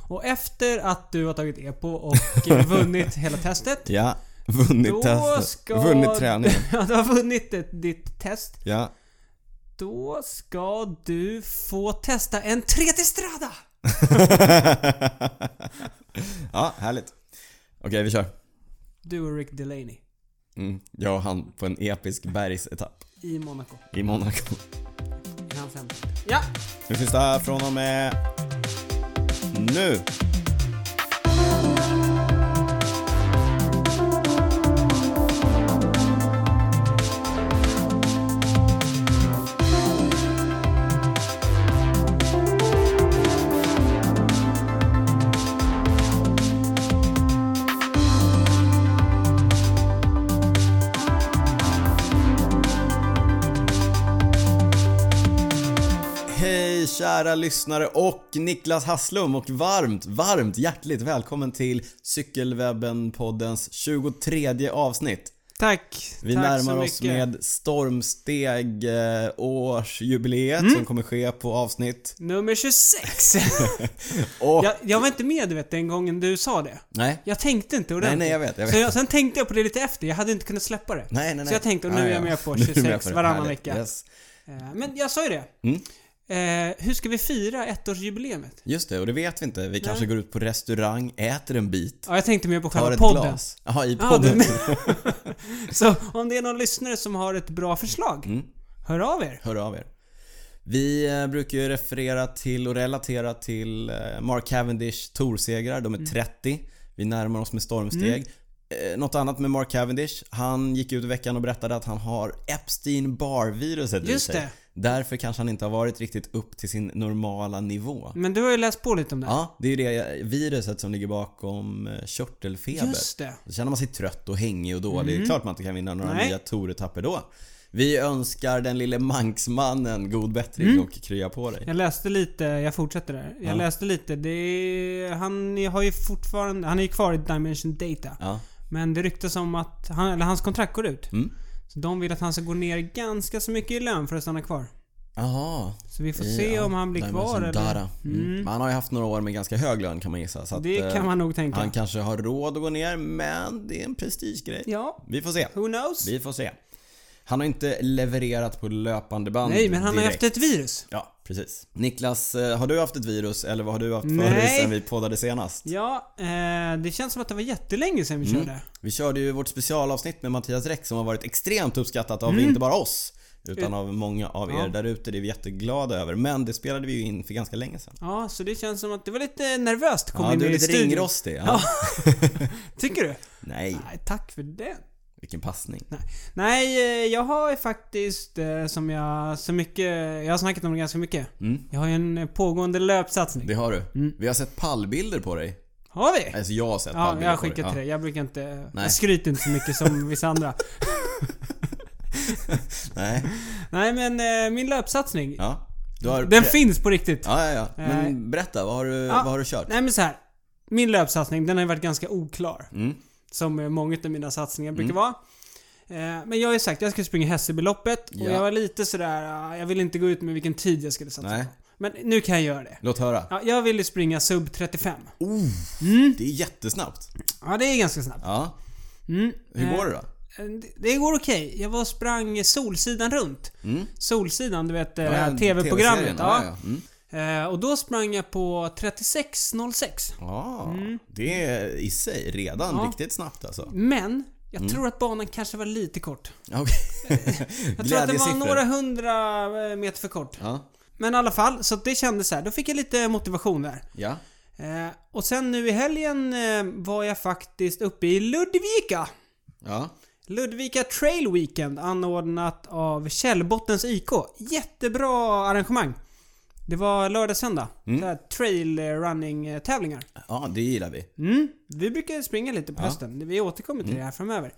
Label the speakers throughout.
Speaker 1: Och efter att du har tagit EPO och vunnit hela testet.
Speaker 2: Ja, vunnit
Speaker 1: Då
Speaker 2: testet.
Speaker 1: ska-
Speaker 2: Vunnit träningen.
Speaker 1: Ja, du har vunnit ett- ditt test.
Speaker 2: Ja.
Speaker 1: Då ska du få testa en 3D Strada!
Speaker 2: ja, härligt. Okej, vi kör.
Speaker 1: Du och Rick Delaney.
Speaker 2: Mm. Jag och han på en episk bergsetapp
Speaker 1: I Monaco.
Speaker 2: i Monaco.
Speaker 1: I hans hem. Ja!
Speaker 2: Nu finns det här från och med nu. Hej kära lyssnare och Niklas Hasslum och varmt, varmt hjärtligt välkommen till Cykelwebben-poddens 23 avsnitt.
Speaker 1: Tack!
Speaker 2: Vi
Speaker 1: Tack så
Speaker 2: närmar oss
Speaker 1: mycket.
Speaker 2: med stormsteg eh, årsjubileet
Speaker 1: Mm.
Speaker 2: som kommer ske på avsnitt.
Speaker 1: Nummer 26!
Speaker 2: Och...
Speaker 1: jag, jag var inte med du vet den gången du sa det.
Speaker 2: Nej.
Speaker 1: Jag tänkte inte
Speaker 2: Nej,
Speaker 1: ordentligt.
Speaker 2: nej jag vet. Jag vet.
Speaker 1: Så jag, sen tänkte jag på det lite efter, jag hade inte kunnat släppa det.
Speaker 2: Nej, nej, nej.
Speaker 1: Så jag tänkte, och nu
Speaker 2: Ah,
Speaker 1: är jag
Speaker 2: ja.
Speaker 1: med på
Speaker 2: Nu är jag
Speaker 1: 26
Speaker 2: det.
Speaker 1: varannan
Speaker 2: Härligt.
Speaker 1: vecka.
Speaker 2: Yes.
Speaker 1: Eh, Men jag sa ju det.
Speaker 2: Mm.
Speaker 1: Eh, hur ska vi fira ettårsjubileet?
Speaker 2: Just det, och det vet vi inte. Vi kanske går ut på restaurang, äter en bit,
Speaker 1: Ja, jag tänkte mer på
Speaker 2: tar
Speaker 1: själva
Speaker 2: ett
Speaker 1: podden.
Speaker 2: glas. Jaha, i
Speaker 1: Ja,
Speaker 2: podden.
Speaker 1: du- så om det är någon lyssnare som har ett bra förslag,
Speaker 2: Mm.
Speaker 1: hör av er.
Speaker 2: Hör av er. Vi eh, brukar ju referera till och relatera till eh, Mark Cavendish torsegrar. De är
Speaker 1: Mm.
Speaker 2: 30. Vi närmar oss med stormsteg. Eh, Något annat med Mark Cavendish. Han gick ut i veckan och berättade att han har Epstein-Barr-viruset i
Speaker 1: Just
Speaker 2: sig.
Speaker 1: det.
Speaker 2: Därför kanske han inte har varit riktigt upp till sin normala nivå.
Speaker 1: Men du har ju läst på lite om det.
Speaker 2: Ja, det är ju det viruset som ligger bakom eh, körtelfeber.
Speaker 1: Just det.
Speaker 2: Då känner man sig trött och hängig och dålig. Det är klart man inte kan vinna några
Speaker 1: Nej.
Speaker 2: nya touretapper då. Vi önskar den lille manksmannen god bättring
Speaker 1: Mm.
Speaker 2: och krya på dig.
Speaker 1: Jag läste lite, jag fortsätter där. Jag
Speaker 2: Ja.
Speaker 1: läste lite, det är, han har ju fortfarande, han är ju kvar i Dimension Data.
Speaker 2: Ja.
Speaker 1: Men det ryktas om att han, eller hans kontrakt går ut.
Speaker 2: Mm.
Speaker 1: Så de vill att han ska gå ner ganska så mycket i lön för att stanna kvar.
Speaker 2: Jaha.
Speaker 1: Så vi får se om han blir kvar eller...
Speaker 2: Dara. Mm. Men Han har ju haft några år med ganska hög lön kan man gissa. Så att,
Speaker 1: Det
Speaker 2: eh,
Speaker 1: kan man nog tänka.
Speaker 2: Han kanske har råd att gå ner men det är en prestigegrej.
Speaker 1: Ja,
Speaker 2: Vi får se.
Speaker 1: who knows?
Speaker 2: Vi får se. Han har inte levererat på löpande band
Speaker 1: Nej, men han har
Speaker 2: direkt.
Speaker 1: haft ett virus.
Speaker 2: Ja, precis. Niklas, eh, har du haft ett virus eller vad har du haft för
Speaker 1: Nej.
Speaker 2: sen vi poddade senast?
Speaker 1: Ja, eh, det känns som att det var jättelänge sedan vi
Speaker 2: Mm.
Speaker 1: körde.
Speaker 2: Vi körde ju vårt specialavsnitt med Mattias Räck som har varit extremt uppskattat av inte bara oss utan av många av er
Speaker 1: Mm. Ja.
Speaker 2: där ute. Det är vi jätteglada över. Men det spelade vi ju in för ganska länge sedan.
Speaker 1: Ja, så det känns som att det var lite nervöst kom
Speaker 2: Ja,
Speaker 1: in
Speaker 2: du är
Speaker 1: i
Speaker 2: lite
Speaker 1: studion.
Speaker 2: ringrostig. Ja.
Speaker 1: Tycker du?
Speaker 2: Nej,
Speaker 1: Nej, tack för det.
Speaker 2: vilken passning.
Speaker 1: Nej. Nej, eh, jag har ju faktiskt eh, som jag så mycket, jag har snackat om det ganska mycket.
Speaker 2: Mm.
Speaker 1: Jag har ju en eh, pågående löpsatsning.
Speaker 2: Det har du. Vi har sett pallbilder på dig.
Speaker 1: Har vi?
Speaker 2: Alltså jag har sett
Speaker 1: Mm. Ja,
Speaker 2: pallbilder
Speaker 1: jag har
Speaker 2: på dig.
Speaker 1: skickat till dig. Jag brukar inte... eh,
Speaker 2: Nej.
Speaker 1: Jag skryter inte så mycket som vissa andra.
Speaker 2: Nej.
Speaker 1: Nej men eh, min löpsatsning.
Speaker 2: Ja. Du har...
Speaker 1: Den finns på riktigt.
Speaker 2: Ja, ja, ja.
Speaker 1: Nej.
Speaker 2: Men berätta, vad har du, vad har du kört?
Speaker 1: Nej men så här. Min löpsatsning, den har ju varit ganska oklar.
Speaker 2: Mm.
Speaker 1: Som eh, många av mina satsningar brukar vara. Eh, Men jag har ju sagt, jag skulle springa Hässelbyloppet
Speaker 2: Ja.
Speaker 1: och jag var lite sådär, eh, jag ville inte gå ut med vilken tid jag skulle satsa
Speaker 2: Nej.
Speaker 1: på. Men nu kan jag göra det.
Speaker 2: Låt höra.
Speaker 1: Ja, jag ville springa sub 35.
Speaker 2: Oh,
Speaker 1: Mm.
Speaker 2: Det är jättesnabbt.
Speaker 1: Ja, det är ganska snabbt.
Speaker 2: Ja.
Speaker 1: Mm.
Speaker 2: Hur går det då?
Speaker 1: Eh, det- Det går okej. Jag var och sprang Solsidan runt. Solsidan, du vet det här
Speaker 2: Mm. Ja,
Speaker 1: TV-programmet.
Speaker 2: TV-serien.
Speaker 1: Ja.
Speaker 2: ja. Mm.
Speaker 1: Eh, Och då sprang jag på 36.06.
Speaker 2: Ja,
Speaker 1: Mm.
Speaker 2: det är i sig redan riktigt snabbt alltså.
Speaker 1: Men jag tror att banan kanske var lite kort.
Speaker 2: Okej.
Speaker 1: Jag tror att det var
Speaker 2: Glädjesiffror.
Speaker 1: några hundra eh, meter för kort.
Speaker 2: Ja,
Speaker 1: Men i alla fall, så att det kändes så här. Då fick jag lite motivation där.
Speaker 2: ja.
Speaker 1: Eh, Och sen nu i helgen eh, var jag faktiskt uppe i Ludvika.
Speaker 2: ja.
Speaker 1: Ludvika Trail Weekend anordnat av Källbottens IK. Jättebra arrangemang. Det var lördag söndag. Så här trail eh, running tävlingar.
Speaker 2: Ja, det gillar vi.
Speaker 1: Mm. Vi brukar springa lite på hösten. Vi återkommer till
Speaker 2: Mm.
Speaker 1: det här framöver.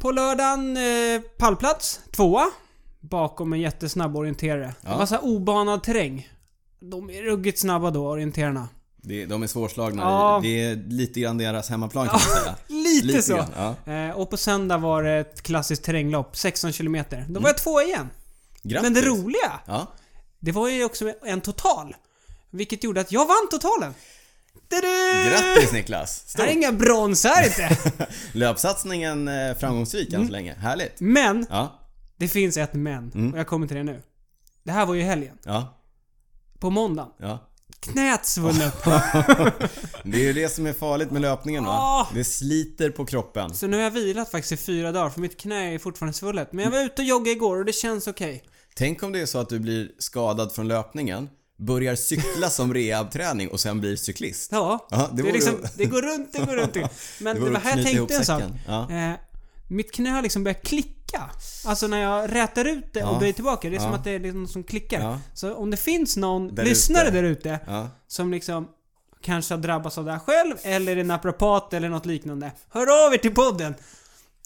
Speaker 1: På lördagen eh, pallplats, tvåa. Bakom en jättesnabb orienterare. Det var så här obanad terräng. De är ruggigt snabba då, orienterarna.
Speaker 2: Det, de är svårslagna.
Speaker 1: Ja.
Speaker 2: Det är lite grann deras hemmaplan kan man säga.
Speaker 1: Lite,
Speaker 2: Lite
Speaker 1: så.
Speaker 2: grann, ja.
Speaker 1: Eh, och på söndag var det ett klassiskt terränglopp, 16 km. Då var jag
Speaker 2: Mm.
Speaker 1: tvåa igen.
Speaker 2: Grattis.
Speaker 1: Men det roliga,
Speaker 2: Ja.
Speaker 1: det var ju också en total. Vilket gjorde att jag vann totalen. Du-du!
Speaker 2: Grattis Niklas!
Speaker 1: Det här är
Speaker 2: Stort!
Speaker 1: inga brons här inte.
Speaker 2: Löpsatsningen eh, framgångsrik
Speaker 1: Mm.
Speaker 2: än så länge. Härligt!
Speaker 1: Men,
Speaker 2: Ja,
Speaker 1: det finns ett men.
Speaker 2: Mm.
Speaker 1: Och jag kommer till det nu. Det här var ju i helgen.
Speaker 2: ja,
Speaker 1: På måndagen.
Speaker 2: ja.
Speaker 1: Knät svullna upp.
Speaker 2: Det är ju det som är farligt med löpningen va?
Speaker 1: Ah!
Speaker 2: Det sliter på kroppen.
Speaker 1: Så nu har jag vilat faktiskt i fyra dagar för mitt knä är fortfarande svullet. Men jag var ute och joggade igår och det känns okej.
Speaker 2: Tänk om det är så att du blir skadad från löpningen, börjar cykla som rehabträning och sen blir cyklist.
Speaker 1: Ja,
Speaker 2: Ja, det
Speaker 1: det,
Speaker 2: vore-
Speaker 1: är liksom, det går runt, det går runt. Men
Speaker 2: Det
Speaker 1: det,
Speaker 2: vore
Speaker 1: var här jag
Speaker 2: att knyta
Speaker 1: tänkte en sak.
Speaker 2: ihop säcken.
Speaker 1: Eh, mitt knä har liksom börjat klicka. Alltså när jag rätar ut det
Speaker 2: Ja.
Speaker 1: och böjer tillbaka. Det är som
Speaker 2: Ja.
Speaker 1: att det är liksom som klickar.
Speaker 2: Ja.
Speaker 1: Så om det finns någon
Speaker 2: Där
Speaker 1: lyssnare
Speaker 2: ute.
Speaker 1: där ute
Speaker 2: Ja.
Speaker 1: som liksom kanske har drabbats av det här själv eller är naprapat eller något liknande. Hör av er till podden!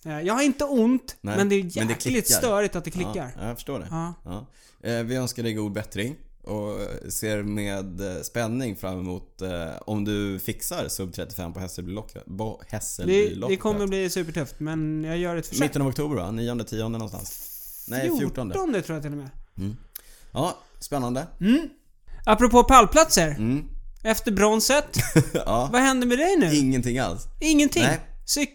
Speaker 1: Eh, Jag har inte ont,
Speaker 2: Nej,
Speaker 1: men det är
Speaker 2: men det
Speaker 1: jäkligt
Speaker 2: klickar.
Speaker 1: störigt att det klickar.
Speaker 2: Ja, jag förstår det.
Speaker 1: Ja.
Speaker 2: Ja. Eh, Vi önskar dig god bättring och ser med eh, spänning fram emot eh, om du fixar sub 35 på Hässelbyloppet. Bo-
Speaker 1: Det,
Speaker 2: Hässelbyloppet.
Speaker 1: det kommer bli supertufft, men jag gör ett försök.
Speaker 2: Mitten av oktober va? 9, 10 någonstans? Nej, 14.
Speaker 1: tror jag till och med.
Speaker 2: Ja, spännande.
Speaker 1: Mm. Apropå pallplatser.
Speaker 2: Mm.
Speaker 1: Efter bronset,
Speaker 2: ja.
Speaker 1: vad händer med dig nu?
Speaker 2: Ingenting alls.
Speaker 1: Ingenting.
Speaker 2: Nej.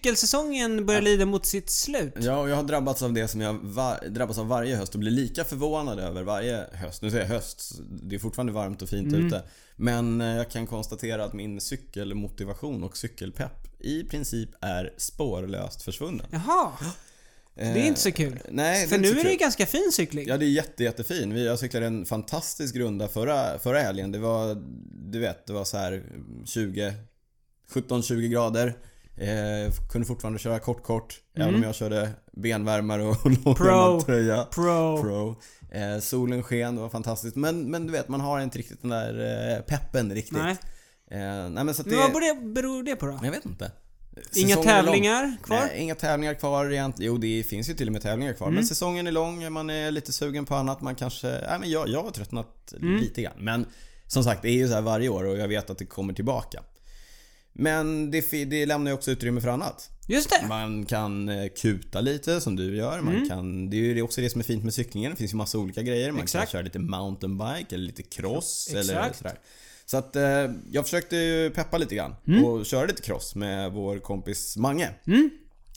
Speaker 1: Cykelsäsongen börjar lida mot sitt slut.
Speaker 2: Ja, och jag har drabbats av det som jag var, drabbas av varje höst och blir lika förvånad över varje höst. Nu säger jag höst, så det är fortfarande varmt och fint
Speaker 1: Mm.
Speaker 2: ute. Men eh, jag kan konstatera att min cykelmotivation och cykelpepp i princip är spårlöst försvunnen.
Speaker 1: Jaha, det är inte så kul.
Speaker 2: Nej,
Speaker 1: För
Speaker 2: Eh, är
Speaker 1: nu
Speaker 2: inte så
Speaker 1: är det
Speaker 2: kul.
Speaker 1: ju ganska fin cykling.
Speaker 2: Ja, det är jätte, jättefin. Vi- Jag cyklade en fantastisk runda förra, förra helgen. Det var, du vet, det var så här 20, 17-20 grader. Eh, kunde fortfarande köra kort-kort.
Speaker 1: Mm.
Speaker 2: Även om jag körde benvärmare och långärmad tröja.
Speaker 1: Pro.
Speaker 2: Pro. Eh, solen sken, det var fantastiskt. Men, men du vet, man har inte riktigt den där eh, peppen riktigt.
Speaker 1: Nej.
Speaker 2: Eh, nej men så att det...
Speaker 1: Men vad beror- beror det på då?
Speaker 2: Jag vet inte.
Speaker 1: Inga
Speaker 2: Säsongen är lång.
Speaker 1: tävlingar kvar?
Speaker 2: Nej, inga tävlingar kvar egentligen. Jo, det finns ju till och med tävlingar kvar. Men säsongen är lång, man är lite sugen på annat. Man kanske... Nej, men jag, jag har tröttnat lite grann. Men som sagt, det är ju så här varje år och jag vet att det kommer tillbaka. Men det, fi- det lämnar ju också utrymme för annat.
Speaker 1: Just det.
Speaker 2: Man kan eh, kuta lite som du gör.
Speaker 1: Mm.
Speaker 2: Man kan, det är ju också det som är fint med cyklingen. Det finns ju massa olika grejer. Man kan
Speaker 1: Exakt.
Speaker 2: köra lite mountainbike eller lite cross eller
Speaker 1: Exakt.
Speaker 2: sådär. Så att eh, jag försökte ju peppa lite grann
Speaker 1: Mm.
Speaker 2: och köra lite cross med vår kompis Mange.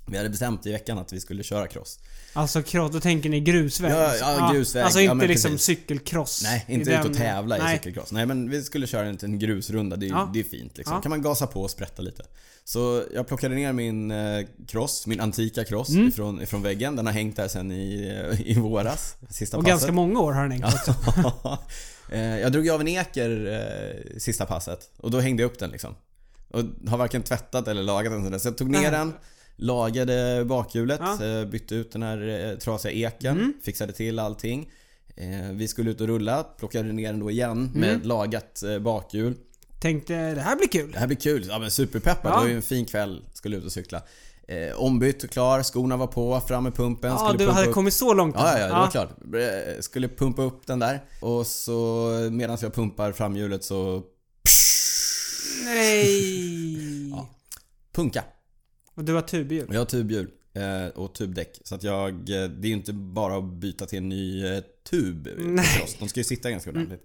Speaker 2: Vi hade bestämt i veckan att vi skulle köra cross.
Speaker 1: Alltså kross, då tänker ni grusväg?
Speaker 2: Ja, ja,
Speaker 1: alltså.
Speaker 2: grusväg.
Speaker 1: Alltså
Speaker 2: Ja,
Speaker 1: inte
Speaker 2: men
Speaker 1: liksom
Speaker 2: precis.
Speaker 1: cykelkross.
Speaker 2: Nej,
Speaker 1: i
Speaker 2: inte ut
Speaker 1: den-
Speaker 2: och tävla i
Speaker 1: Nej.
Speaker 2: cykelcross. Nej, men vi skulle köra en liten grusrunda. Det är,
Speaker 1: Ja.
Speaker 2: det är fint liksom.
Speaker 1: Ja.
Speaker 2: kan man gasa på och sprätta lite. Så jag plockade ner min eh, cross, min antika cross
Speaker 1: Mm.
Speaker 2: ifrån, ifrån väggen. Den har hängt där sen i, eh, i våras. Sista
Speaker 1: Och
Speaker 2: passet.
Speaker 1: ganska många år har den hängt.
Speaker 2: Eh, jag drog ju av en eker eh, sista passet och då hängde jag upp den liksom. Och har varken tvättat eller lagat den. sedan dess. Så jag tog ner
Speaker 1: Nej.
Speaker 2: den, lagade bakhjulet,
Speaker 1: Ja. Mm.
Speaker 2: eh, bytte ut den här eh, trasiga eken, fixade till allting. Eh, vi skulle ut och rulla, plockade ner den då igen
Speaker 1: Mm.
Speaker 2: med ett lagat eh, bakhjul.
Speaker 1: Tänkte, det här blir kul.
Speaker 2: Det här blir kul. Ja men superpeppad.
Speaker 1: Ja.
Speaker 2: Det var ju en fin kväll. Skulle ut och cykla. Eh, ombytt och klar, skorna var på, fram med pumpen.
Speaker 1: Ja,
Speaker 2: skulle
Speaker 1: du
Speaker 2: pumpa
Speaker 1: hade
Speaker 2: upp.
Speaker 1: kommit så långt.
Speaker 2: Ja, ja, ja, det var klart. Eh, Skulle pumpa upp den där och så medan jag pumpar framhjulet så
Speaker 1: Nej.
Speaker 2: punka.
Speaker 1: Och du har tubhjul.
Speaker 2: Och jag har tubhjul eh, och tubdäck. Så att jag, eh, det är ju inte bara att byta till en ny eh, tub.
Speaker 1: Nej. Mm.
Speaker 2: förstås. De ska ju sitta ganska ordentligt.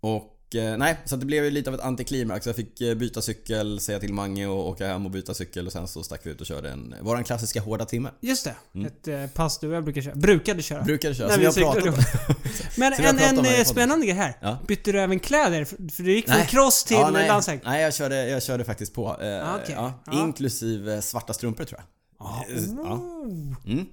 Speaker 2: Och eh, nej, så att det blev ju lite av ett antiklimax. Jag fick eh, byta cykel, säga till Mange och åka hem och byta cykel och sen så stack vi ut och körde en, våran klassiska hårda timme.
Speaker 1: Just det. Ett eh, pass du och jag brukar köra. brukade köra.
Speaker 2: Mm. Brukade köra,
Speaker 1: När
Speaker 2: som
Speaker 1: vi
Speaker 2: jag
Speaker 1: cyklade
Speaker 2: pratat om.
Speaker 1: Men
Speaker 2: Som jag
Speaker 1: en,
Speaker 2: pratar om
Speaker 1: en
Speaker 2: här i
Speaker 1: eh,
Speaker 2: podden.
Speaker 1: spännande grej här.
Speaker 2: Ja.
Speaker 1: Bytte du även kläder? För för du gick från
Speaker 2: Nej.
Speaker 1: cross till
Speaker 2: Ja, nej.
Speaker 1: landsväg?
Speaker 2: Nej, jag körde, jag körde faktiskt på. Eh,
Speaker 1: Ah, okej.
Speaker 2: ja,
Speaker 1: Ja. Ah.
Speaker 2: Inklusive svarta strumpor tror jag.
Speaker 1: Ja.
Speaker 2: Eh, Ja.
Speaker 1: Oh.
Speaker 2: Mm.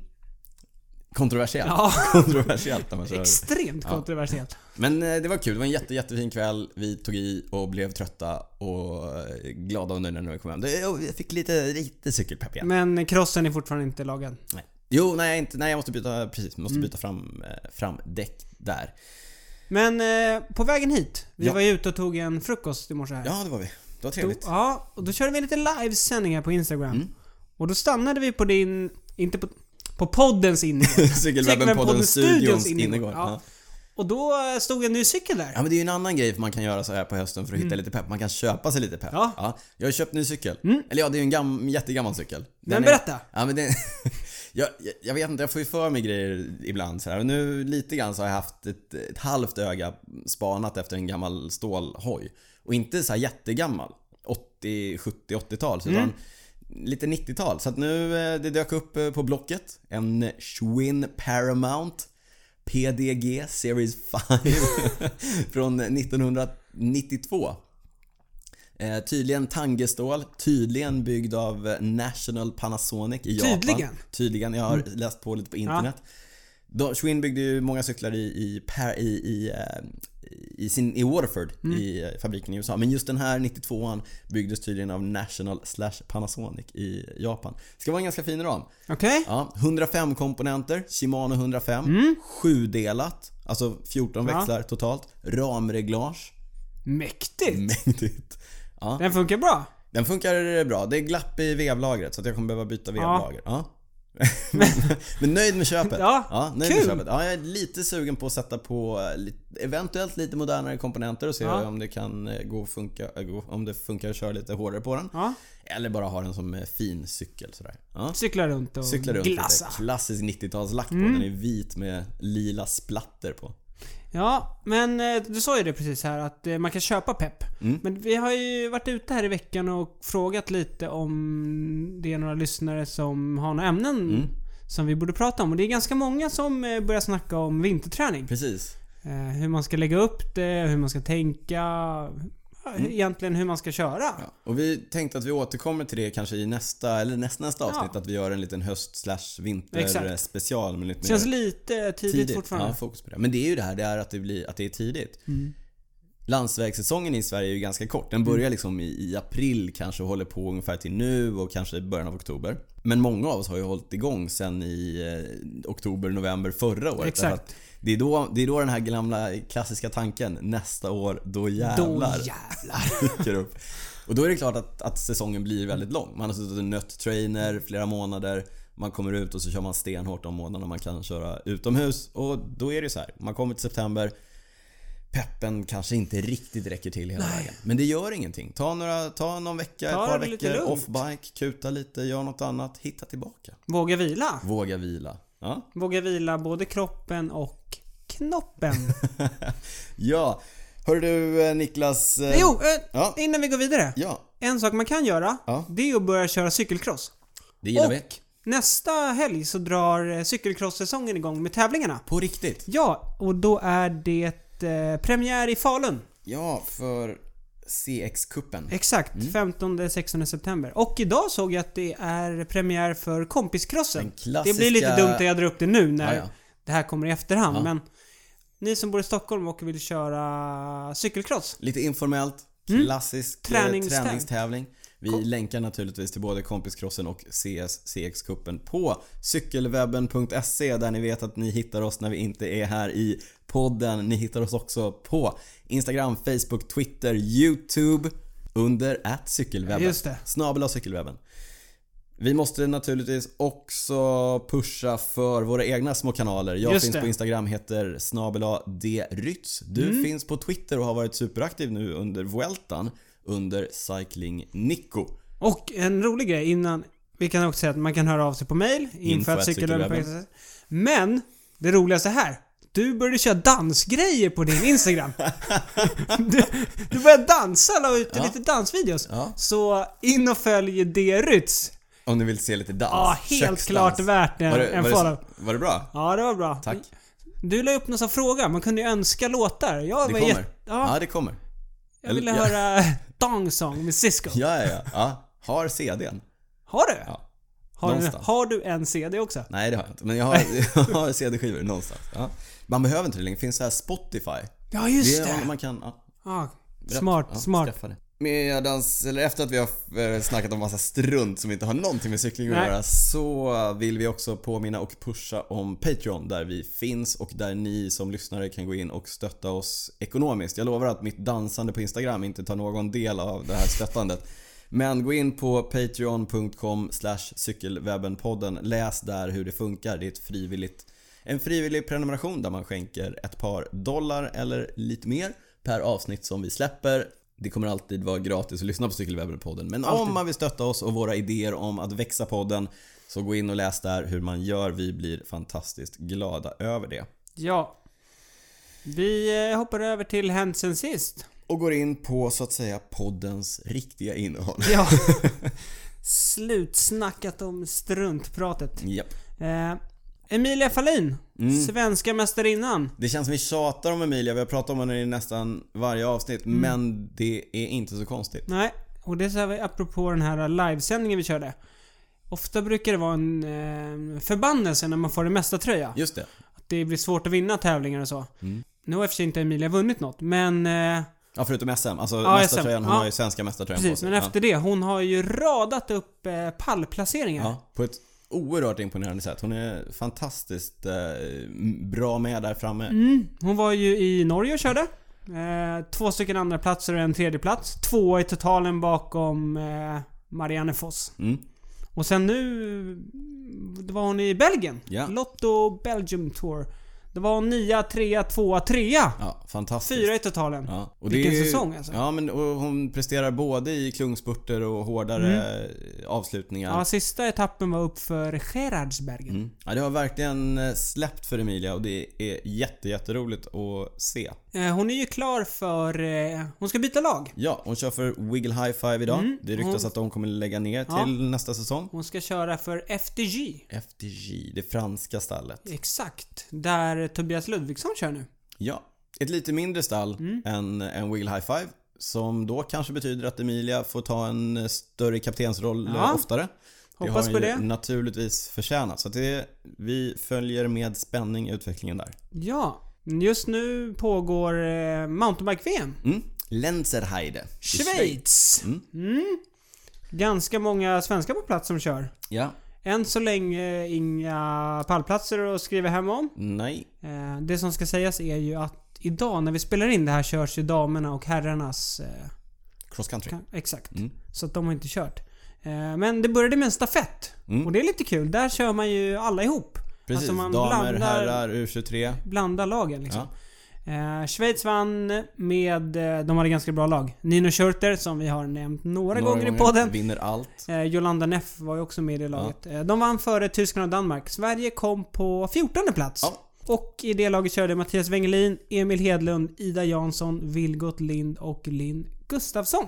Speaker 2: Kontroversiellt.
Speaker 1: Ja.
Speaker 2: Kontroversiellt när man kör.
Speaker 1: Extremt kontroversiellt.
Speaker 2: Men eh, det var kul. Det var en jätte, jättefin kväll. Vi tog i och blev trötta och eh, glada och nöjda när vi kom hem. Det- Jag fick lite, lite cykelpepp igen.
Speaker 1: Men eh, crossen är fortfarande inte lagad.
Speaker 2: Nej. Jo, nej, inte, nej jag måste byta, precis,
Speaker 1: Mm.
Speaker 2: måste byta fram, eh, fram däck där.
Speaker 1: Men eh, på vägen hit. Vi
Speaker 2: Ja.
Speaker 1: var ju ute och tog en frukost i morse här.
Speaker 2: Ja, det var vi. Det
Speaker 1: då,
Speaker 2: var trevligt. Mm.
Speaker 1: ja, och då körde vi lite livesändning här på Instagram. Och då stannade vi på din... Inte på... På poddens innergård.
Speaker 2: Cykelwebben-podden Studions innergård.
Speaker 1: Ja.
Speaker 2: Ja.
Speaker 1: Och då eh, stod en ny cykel där.
Speaker 2: Ja men det är ju en annan grej man kan göra så här på hösten för att hitta lite pepp. Man kan köpa sig lite pepp.
Speaker 1: Ja.
Speaker 2: jag har köpt ny cykel. Eller ja, det är ju en gam, jättegammal cykel. Den
Speaker 1: Men berätta.
Speaker 2: Är, ja, men den, jag, jag, jag vet inte, jag får ju för mig grejer ibland så här. Och Nu lite grann så har jag haft ett, ett halvt öga spanat efter en gammal stålhoj. Och inte så här jättegammal. 80, 70, 80-tal. Utan
Speaker 1: Mm.
Speaker 2: lite 90-tal. Så att nu, eh, det dök upp eh, på Blocket en Schwinn Paramount PDG Series 5 från 1992. Eh, tydligen tangestål, tydligen byggd av eh, National Panasonic i Japan.
Speaker 1: Tydligen? Mm.
Speaker 2: Tydligen, jag har läst på lite på internet. De, Schwinn byggde ju många cyklar i, i, Per- i, i, eh, i, sin, i Waterford
Speaker 1: Mm.
Speaker 2: i eh, fabriken i USA. Men just den här 92an byggdes tydligen av National slash Panasonic i Japan. Ska vara en ganska fin ram.
Speaker 1: Okej?
Speaker 2: Ja, 105 komponenter, Shimano 105. Sjudelat, alltså 14
Speaker 1: Mm. Ja.
Speaker 2: växlar totalt. Ramreglage,
Speaker 1: Mäktigt!
Speaker 2: Mm. mängdigt. Ja,
Speaker 1: Den funkar bra.
Speaker 2: den funkar bra. Det är glapp i vevlagret så att jag kommer behöva byta vevlager. Ja. Men nöjd med köpet.
Speaker 1: Ja,
Speaker 2: nöjd
Speaker 1: kul.
Speaker 2: med köpet. Ja, jag är lite sugen på att sätta på eh, lite- eventuellt lite modernare komponenter och se
Speaker 1: Ja.
Speaker 2: om det kan eh, gå och funka, eh, gå- om det funkar att köra lite hårdare på den.
Speaker 1: Ja.
Speaker 2: Eller bara ha den som eh, fin cykel sådär. Ja.
Speaker 1: Cykla runt och
Speaker 2: Cykla runt
Speaker 1: glassa.
Speaker 2: lite. Klassisk 90-talslack på.
Speaker 1: Mm.
Speaker 2: Den är vit med lila splatter på.
Speaker 1: Ja, men eh, du sa ju det precis här att eh, man kan köpa pepp.
Speaker 2: Mm.
Speaker 1: Men vi har ju varit ute här i veckan och frågat lite om det är några lyssnare som har några ämnen
Speaker 2: Mm.
Speaker 1: som vi borde prata om. Och det är ganska många som eh, börjar snacka om vinterträning.
Speaker 2: Precis.
Speaker 1: Eh, Hur man ska lägga upp det, hur man ska tänka. ja, Egentligen hur man ska köra.
Speaker 2: Mm. Ja. Och vi tänkte att vi återkommer till det kanske i nästa eller nästnästa avsnitt. Att vi gör en liten höst slash vinter eh,
Speaker 1: Exakt.
Speaker 2: special med lite
Speaker 1: Känns
Speaker 2: mer
Speaker 1: lite tidigt, fortfarande. Mm.
Speaker 2: Ja, fokus på det. Men det är ju det här, det är att det, blir, att det är tidigt. Landsvägssäsongen i Sverige är ju ganska kort. Den börjar liksom i, i april kanske och håller på ungefär till nu och kanske i början av oktober. Men många av oss har ju hållit igång sen i eh, oktober, november förra året.
Speaker 1: Exakt.
Speaker 2: Därför att Det är, då, det är då den här gamla klassiska tanken, nästa år, då jävlar.
Speaker 1: Då jävlar.
Speaker 2: dyker upp. Och då är det klart att, att säsongen blir väldigt lång. Man har suttit och nött trainer flera månader. Man kommer ut och så kör man stenhårt de månaderna man kan köra utomhus. Och då är det ju så här. Man kommer till september. Peppen kanske inte riktigt räcker till hela vägen. Men det gör ingenting. Ta, några, ta någon vecka,
Speaker 1: Ta
Speaker 2: ett par
Speaker 1: det lite
Speaker 2: veckor
Speaker 1: lugnt.
Speaker 2: offbike, kuta lite, gör något annat. Hitta tillbaka.
Speaker 1: Våga vila.
Speaker 2: Våga vila. Ja.
Speaker 1: Våga vila både kroppen och knoppen.
Speaker 2: ja. Hör du eh, Niklas. eh,
Speaker 1: jo, eh,
Speaker 2: Ja.
Speaker 1: innan vi går vidare.
Speaker 2: Ja,
Speaker 1: En sak man kan göra,
Speaker 2: Ja.
Speaker 1: det är att börja köra cykelcross.
Speaker 2: det gillar
Speaker 1: Och-
Speaker 2: vi.
Speaker 1: Nästa helg så drar eh, cykelcross-säsongen igång med tävlingarna.
Speaker 2: På riktigt.
Speaker 1: Ja, och då är det eh, premiär i Falun.
Speaker 2: Ja, för CX-kuppen.
Speaker 1: Exakt,
Speaker 2: Mm.
Speaker 1: 15-16 september. Och idag såg jag att det är premiär för kompiskrossen.
Speaker 2: Den klassiska-
Speaker 1: Det blir lite dumt att jag drar upp det nu när
Speaker 2: Ja, ja.
Speaker 1: det här kommer i efterhand, men ni som bor i Stockholm och vill köra cykelcross.
Speaker 2: Lite informellt,
Speaker 1: Mm.
Speaker 2: klassisk eh,
Speaker 1: Träningstäv-
Speaker 2: träningstävling. Vi länkar naturligtvis till både kompiskrossen och CS CX-kuppen på cykelwebben.se E, där ni vet att ni hittar oss när vi inte är här i podden. Ni hittar oss också på Instagram, Facebook, Twitter, YouTube under att cykelwebben.
Speaker 1: Just det.
Speaker 2: Snabel av cykelwebben. Vi måste naturligtvis också pusha för våra egna små kanaler. Jag
Speaker 1: Just
Speaker 2: finns
Speaker 1: det. Mm.
Speaker 2: på Instagram, heter snabela drytz. Du finns på Twitter och har varit superaktiv nu under Vueltan under Cycling Nico.
Speaker 1: Och en rolig grej innan. Vi kan också säga att man kan höra av sig på mail.
Speaker 2: Info
Speaker 1: Inför att
Speaker 2: att cykelwebben.
Speaker 1: cykelwebben. Men det roligaste här. Du började köra dansgrejer på din Instagram. du, du började dansa, la ut lite dansvideos.
Speaker 2: Ja.
Speaker 1: Så in och följ D-Rytz.
Speaker 2: Om du vill se lite dans.
Speaker 1: Ja, helt
Speaker 2: köksdans.
Speaker 1: klart värt en-
Speaker 2: var det,
Speaker 1: en
Speaker 2: var
Speaker 1: follow.
Speaker 2: Det, var det bra?
Speaker 1: Ja, det var bra.
Speaker 2: Tack.
Speaker 1: Du la upp någon sån fråga. Man kunde ju önska låtar. Jag
Speaker 2: Det
Speaker 1: var
Speaker 2: kommer.
Speaker 1: jätte-
Speaker 2: Ja,
Speaker 1: ja,
Speaker 2: det kommer.
Speaker 1: jag ville
Speaker 2: ja.
Speaker 1: höra Dong Song med Cisco.
Speaker 2: Ja, ja, ja. ja. Har CDn.
Speaker 1: Har du?
Speaker 2: Ja.
Speaker 1: har, du
Speaker 2: någonstans.
Speaker 1: har du en CD också?
Speaker 2: Nej, det har jag inte. Men jag har, jag har CD-skivor någonstans. Ja. Man behöver inte det längre. Det finns så här Spotify.
Speaker 1: Ja, just
Speaker 2: Det
Speaker 1: det.
Speaker 2: är, man kan, ja.
Speaker 1: Ja, smart, smart.
Speaker 2: Medans, eller efter att vi har eh, snackat om massa strunt som inte har någonting med cykling att
Speaker 1: Nej.
Speaker 2: göra så vill vi också påminna och pusha om Patreon där vi finns och där ni som lyssnare kan gå in och stötta oss ekonomiskt. Jag lovar att mitt dansande på Instagram inte tar någon del av det här stöttandet. Men gå in på patreon.com cykelwebbenpodden. Läs där hur det funkar. Det är ett frivilligt, en frivillig prenumeration där man skänker ett par dollar eller lite mer per avsnitt som vi släpper. Det kommer alltid vara gratis att lyssna på Cykelwebben-podden. Men om man vill stötta oss och våra idéer om att växa podden så gå in och läs där hur man gör. Vi blir fantastiskt glada över det.
Speaker 1: Ja. Vi eh, hoppar över till hänt sen sist.
Speaker 2: och går in på så att säga poddens riktiga innehåll.
Speaker 1: Ja. Slutsnackat om struntpratet.
Speaker 2: Japp.
Speaker 1: Eh, Emilia Fahlin, svenska mästarinnan.
Speaker 2: Det känns som vi tjatar om Emilia, vi har pratat om henne i nästan varje avsnitt. Men det är inte så konstigt.
Speaker 1: Nej, och det sa vi apropå den här livesändningen vi körde. Ofta brukar det vara en eh, förbannelse när man får en mästartröja.
Speaker 2: Just det.
Speaker 1: Att det blir svårt att vinna tävlingar och så. Nu har i och för sig inte Emilia vunnit något, men... Eh,
Speaker 2: Ja, förutom SM. Alltså
Speaker 1: Ja,
Speaker 2: mästartröjan,
Speaker 1: SM.
Speaker 2: hon
Speaker 1: Ja.
Speaker 2: har ju svenska mästartröjan på
Speaker 1: precis,
Speaker 2: sig.
Speaker 1: men efter det. Hon har ju radat upp eh, pallplaceringar.
Speaker 2: ja. ja, på ett oerhört imponerande sätt. Hon är fantastiskt eh, m- bra med där framme.
Speaker 1: Mm, hon var ju i Norge och körde. Eh, två stycken andra platser och en tredje plats. Två i totalen bakom eh, Marianne Foss.
Speaker 2: Mm.
Speaker 1: Och sen nu det var hon i Belgien.
Speaker 2: Ja.
Speaker 1: Lotto Belgium Tour. Det var hon nia, trea, tvåa, trea.
Speaker 2: Ja, fantastiskt.
Speaker 1: Fyra i totalen.
Speaker 2: Ja, och
Speaker 1: Vilken
Speaker 2: det är ju-
Speaker 1: säsong, alltså.
Speaker 2: Ja, men och hon presterar både i klungspurter och hårdare avslutningar.
Speaker 1: Mm. Ja, sista etappen var upp för Gerardsbergen.
Speaker 2: Mm. Ja, det har verkligen eh, släppt för Emilia och det är jätte, jätteroligt att se.
Speaker 1: Eh, hon är ju klar för... Eh, hon ska byta lag.
Speaker 2: Ja, hon kör för Wiggle High Five idag. Det ryktas
Speaker 1: Mm. Hon-
Speaker 2: att de kommer lägga ner
Speaker 1: Ja.
Speaker 2: till nästa säsong.
Speaker 1: Hon ska köra för FDG.
Speaker 2: FDG, det franska stallet.
Speaker 1: Exakt. Där Tobias Ludvigsson kör nu.
Speaker 2: Ja, ett lite mindre stall än, än Wiggle High Five. Som då kanske betyder att Emilia får ta en eh, större kaptensroll eh,
Speaker 1: Ja.
Speaker 2: oftare.
Speaker 1: Hoppas
Speaker 2: det
Speaker 1: på
Speaker 2: har hon ju
Speaker 1: det.
Speaker 2: naturligtvis förtjänat. Så att det, vi följer med spänning utvecklingen där.
Speaker 1: Ja. Just nu pågår eh, mountainbike-VM.
Speaker 2: Mm. Lenzerheide. i
Speaker 1: Schweiz! Mm. Ganska många svenskar på plats som kör.
Speaker 2: Ja.
Speaker 1: Än så länge eh, inga pallplatser att skriva hem om.
Speaker 2: Nej.
Speaker 1: Eh, det som ska sägas är ju att idag när vi spelar in det här körs ju damerna och herrarnas... Eh,
Speaker 2: Cross country.
Speaker 1: kan, exakt.
Speaker 2: Mm.
Speaker 1: Så att de har inte kört. Eh, men det började med en stafett.
Speaker 2: Mm.
Speaker 1: Och det är lite kul. Där kör man ju alla ihop. Alltså
Speaker 2: Precis.
Speaker 1: man
Speaker 2: Damer,
Speaker 1: blandar-
Speaker 2: herrar, U23.
Speaker 1: Blanda lagen liksom. Eh, Schweiz vann med, eh, de hade ganska bra lag. Nino Schurter som vi har nämnt några, gånger, i podden.
Speaker 2: Vinner allt.
Speaker 1: Eh, Jolanda Neff var ju också med i det laget. Eh, de vann före Tyskland och Danmark. Sverige kom på 14 plats.
Speaker 2: Ja.
Speaker 1: Och i det laget körde Mattias Wengelin, Emil Hedlund, Ida Jansson, Vilgot Lind och Linn Gustafsson.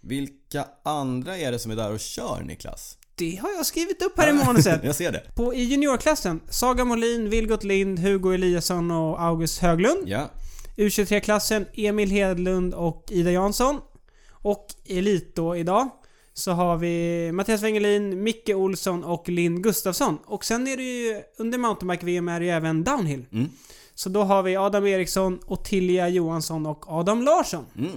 Speaker 2: Vilka andra är det som är där och kör Niklas?
Speaker 1: Det har jag skrivit upp här i manuset.
Speaker 2: Jag ser det.
Speaker 1: På, I juniorklassen, Saga Molin, Vilgot Lind, Hugo Eliasson och August Höglund.
Speaker 2: Ja.
Speaker 1: U23-klassen, Emil Hedlund och Ida Jansson. Och i Elit då idag så har vi Mattias Wengelin, Micke Olsson och Linn Gustafsson. Och sen är det ju, under mountainbike-VM är det ju även downhill.
Speaker 2: Mm.
Speaker 1: Så då har vi Adam Eriksson, Ottilia Johansson och Adam Larsson.
Speaker 2: Mm.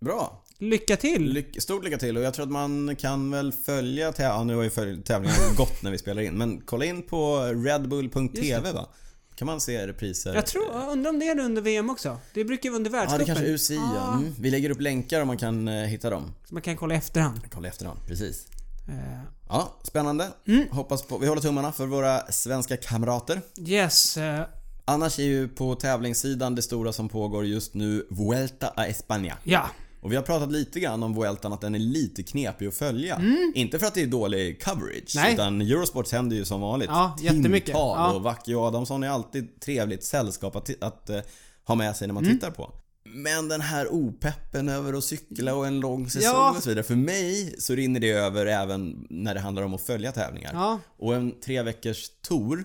Speaker 2: Bra.
Speaker 1: Lycka till!
Speaker 2: Lyck, stort lycka till och jag tror att man kan väl följa tä- ja, nu har ju följ- tävlingen gått när vi spelar in men kolla in på redbull.tv va? Kan man se repriser?
Speaker 1: jag tror, jag undrar om det är under VM också? Det brukar ju vara under
Speaker 2: Ja, det
Speaker 1: världscupen.
Speaker 2: kanske är UCI
Speaker 1: Ah.
Speaker 2: ja. mm. Vi lägger upp länkar om man kan eh, hitta dem.
Speaker 1: Så man kan kolla i efterhand.
Speaker 2: Kolla efter dem, precis.
Speaker 1: Eh,
Speaker 2: Ja, spännande.
Speaker 1: Mm.
Speaker 2: Hoppas på, vi håller tummarna för våra svenska kamrater.
Speaker 1: yes, eh,
Speaker 2: Annars är ju på tävlingssidan det stora som pågår just nu Vuelta a España.
Speaker 1: ja.
Speaker 2: Och vi har pratat lite grann om Vueltan att den är lite knepig att följa. Inte för att det är dålig coverage,
Speaker 1: Mm. Nej.
Speaker 2: utan Eurosports händer ju som vanligt.
Speaker 1: Ja, jättemycket.
Speaker 2: Timtal
Speaker 1: Ja.
Speaker 2: och Wacky Adamsson är alltid trevligt sällskap att, ti- att eh, ha med sig när
Speaker 1: Mm.
Speaker 2: man tittar på. Men den här opeppen över att cykla och en lång säsong
Speaker 1: Ja.
Speaker 2: och så vidare. För mig så rinner det över även när det handlar om att följa tävlingar.
Speaker 1: Ja.
Speaker 2: Och en tre veckors tour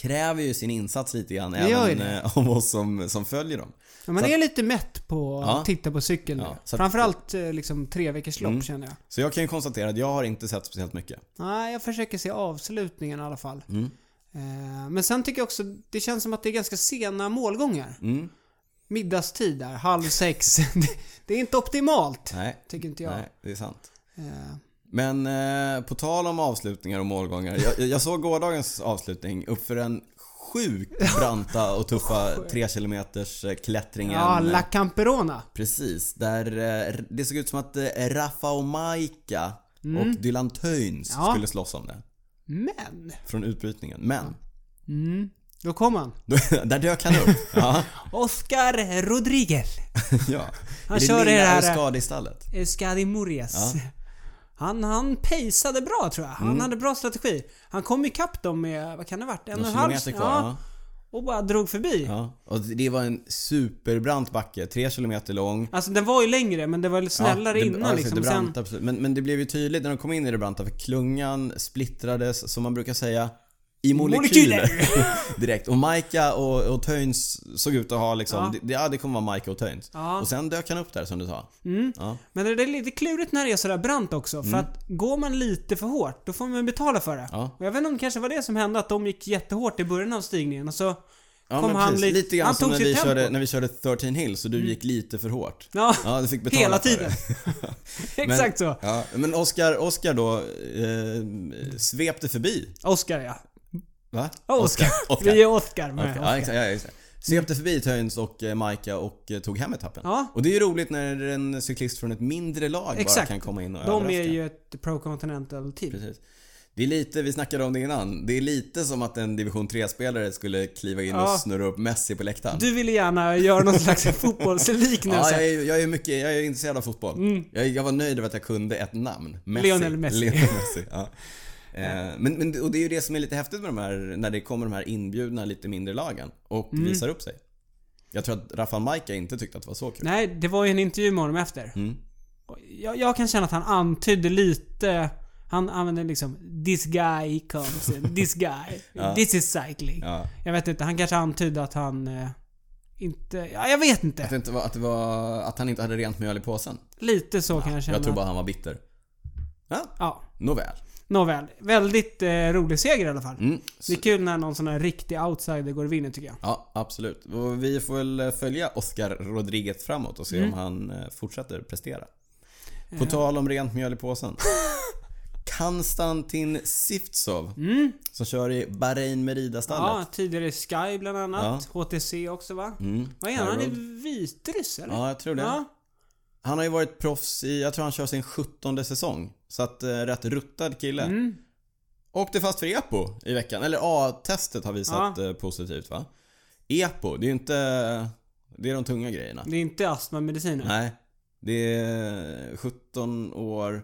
Speaker 2: kräver ju sin insats lite grann
Speaker 1: gör ju
Speaker 2: även
Speaker 1: det.
Speaker 2: eh, av oss som, som följer dem.
Speaker 1: Ja, man
Speaker 2: Så
Speaker 1: är lite mätt på att
Speaker 2: Ja.
Speaker 1: titta på cykel nu.
Speaker 2: Ja, så att- Mm.
Speaker 1: Framförallt eh, liksom tre veckors lopp känner jag.
Speaker 2: Så jag kan ju konstatera att jag har inte sett speciellt mycket.
Speaker 1: Nej, jag försöker se avslutningen i alla fall.
Speaker 2: Mm.
Speaker 1: Eh, Men sen tycker jag också, det känns som att det är ganska sena målgångar.
Speaker 2: Mm.
Speaker 1: Middagstid där, halv sex. Det- det är inte optimalt,
Speaker 2: Nej,
Speaker 1: tycker inte jag.
Speaker 2: nej det är sant.
Speaker 1: Eh,
Speaker 2: Men eh, på tal om avslutningar och målgångar. Jag, jag- jag såg gårdagens avslutning uppför den sjukt branta och tuffa 3 km klättringen.
Speaker 1: Ja, La Camperona.
Speaker 2: Precis, där eh, det såg ut som att eh, Rafa och Maika och Dylan Töns
Speaker 1: Mm. Ja.
Speaker 2: skulle slåss om det.
Speaker 1: Men,
Speaker 2: Från utbrytningen. Men,
Speaker 1: då kom han.
Speaker 2: där dök han upp. Ja,
Speaker 1: Oscar Rodriguez.
Speaker 2: ja.
Speaker 1: Han
Speaker 2: I det
Speaker 1: kör i
Speaker 2: lilla
Speaker 1: det här-
Speaker 2: skadestallet.
Speaker 1: Euskadi Murias. Eh, Han, han paceade
Speaker 2: Mm.
Speaker 1: bra tror jag. Han hade bra strategi. Han kom ikapp dem med, vad kan det ha varit? En och
Speaker 2: Någon
Speaker 1: en halv?
Speaker 2: kilometer kvar.
Speaker 1: ja.
Speaker 2: ja.
Speaker 1: och bara drog förbi.
Speaker 2: Ja. Och det var en superbrant backe, 3 km lång.
Speaker 1: Alltså den var ju längre men det var lite snällare
Speaker 2: det-
Speaker 1: innan
Speaker 2: alltså,
Speaker 1: liksom.
Speaker 2: det
Speaker 1: Sen,
Speaker 2: branta, absolut. men, men det blev ju tydligt när de kom in i det branta för klungan splittrades, som man brukar säga, i molekyler. Direkt. Och Maika och, och Töns såg ut att ha liksom,
Speaker 1: Ja.
Speaker 2: ja. Det, ja, det kommer vara Maika och Töns.
Speaker 1: Ja. Mm.
Speaker 2: Och sen dök han upp där som du sa. Ja.
Speaker 1: men det är lite klurigt när det är sådär brant också. För att går man lite för hårt, då får man betala för det.
Speaker 2: Mm. Ja.
Speaker 1: Och jag vet inte om det kanske var det som hände, att de gick jättehårt i början av stigningen och så
Speaker 2: Ja,
Speaker 1: kom
Speaker 2: men
Speaker 1: han
Speaker 2: precis.
Speaker 1: lite...
Speaker 2: lite grann
Speaker 1: han
Speaker 2: som
Speaker 1: tog
Speaker 2: när
Speaker 1: sitt
Speaker 2: vi,
Speaker 1: tempo. Mm.
Speaker 2: körde, när vi körde 13 Hills och du gick lite för hårt.
Speaker 1: Ja,
Speaker 2: Ja, du fick betala
Speaker 1: hela
Speaker 2: för det.
Speaker 1: tiden. Exakt så.
Speaker 2: Ja, men Oscar, Oscar då eh, svepte förbi.
Speaker 1: Oscar ja.
Speaker 2: Va?
Speaker 1: Ja, Oscar.
Speaker 2: Oscar.
Speaker 1: Vi är Oscar med.
Speaker 2: Ja, exakt, ja, exakt. Svepte förbi Töns och eh, Maika och eh, tog hem etappen.
Speaker 1: Ja.
Speaker 2: Och det är ju roligt när en cyklist från ett mindre lag bara
Speaker 1: Exakt.
Speaker 2: kan komma in och
Speaker 1: De är
Speaker 2: överraska.
Speaker 1: ju ett Pro Continental team.
Speaker 2: Precis. Det är lite, vi snackade om det innan, det är lite som att en division 3-spelare skulle kliva in
Speaker 1: Ja.
Speaker 2: och snurra upp Messi på läktaren.
Speaker 1: Du ville gärna göra någon slags
Speaker 2: Ja,
Speaker 1: fotbollsliknelse.
Speaker 2: jag, är, jag, är mycket, jag är intresserad av fotboll. Jag, jag var nöjd över att jag kunde ett namn. Messi.
Speaker 1: Mm. Lionel Messi.
Speaker 2: Lionel Messi ja. Eh, Men, men, och det är ju det som är lite häftigt med de här, när det kommer de här inbjudna lite mindre lagen och
Speaker 1: Mm.
Speaker 2: visar upp sig. Jag tror att Rafael Majka inte tyckte att det var så kul.
Speaker 1: Nej, det var ju en intervju med honom efter.
Speaker 2: Mm.
Speaker 1: Och Jag, jag kan känna att han antydde lite... Han använde liksom “This guy he comes in, this guy,
Speaker 2: Ja.
Speaker 1: this is cycling”.
Speaker 2: Ja.
Speaker 1: Jag vet inte, han kanske antydde att han... Eh, inte... Ja, jag vet inte.
Speaker 2: Att, det inte var, att, det var, att han inte hade rent mjöl i påsen.
Speaker 1: Lite så kan jag känna.
Speaker 2: Jag tror bara han var bitter. Ja,
Speaker 1: Ja,
Speaker 2: nåväl.
Speaker 1: nåväl. Väldigt eh, rolig seger i alla fall.
Speaker 2: Mm.
Speaker 1: Det är kul när någon sån här riktig outsider går och vinner tycker jag.
Speaker 2: Ja, absolut. Och vi får väl eh, följa Oscar Rodriguez framåt och se
Speaker 1: Mm.
Speaker 2: om han eh, fortsätter prestera. På
Speaker 1: Eh.
Speaker 2: tal om rent mjöl i påsen. Konstantin Siftsov
Speaker 1: Mm.
Speaker 2: som kör i Bahrain
Speaker 1: Ja,
Speaker 2: Merida-stallet.
Speaker 1: tidigare Sky bland annat. HTC också va?
Speaker 2: Mm.
Speaker 1: Vad är han? Han är
Speaker 2: Harold.
Speaker 1: vitryss eller?
Speaker 2: Ja, jag tror det.
Speaker 1: Ja.
Speaker 2: Han har ju varit proffs i, jag tror han kör sin 17 säsong. Så att eh, rätt ruttad kille.
Speaker 1: Mm.
Speaker 2: Åkte fast för EPO i veckan. Eller A-testet har visat eh, positivt va? EPO, det är ju inte... Det är de tunga grejerna.
Speaker 1: Det är inte astmamediciner.
Speaker 2: Nej. Det är 17 år.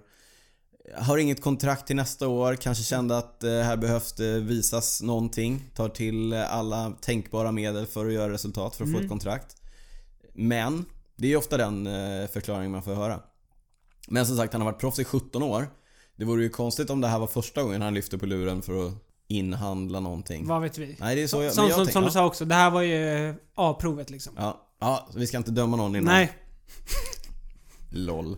Speaker 2: Har inget kontrakt till nästa år. Kanske kände att eh, här behövs det visas någonting. Tar till eh, alla tänkbara medel för att göra resultat, för att
Speaker 1: Mm.
Speaker 2: få ett kontrakt. Men, det är ju ofta den eh, förklaringen man får höra. Men som sagt, han har varit proffs i 17 år. Det vore ju konstigt om det här var första gången han lyfte på luren för att inhandla någonting.
Speaker 1: Vad vet vi?
Speaker 2: Nej, det är så jag, men
Speaker 1: som
Speaker 2: jag
Speaker 1: som,
Speaker 2: tänker-
Speaker 1: som du
Speaker 2: ja.
Speaker 1: sa också, det här var ju eh, A-provet liksom.
Speaker 2: Ja, ja, vi ska inte döma någon innan.
Speaker 1: Nej,
Speaker 2: LOL.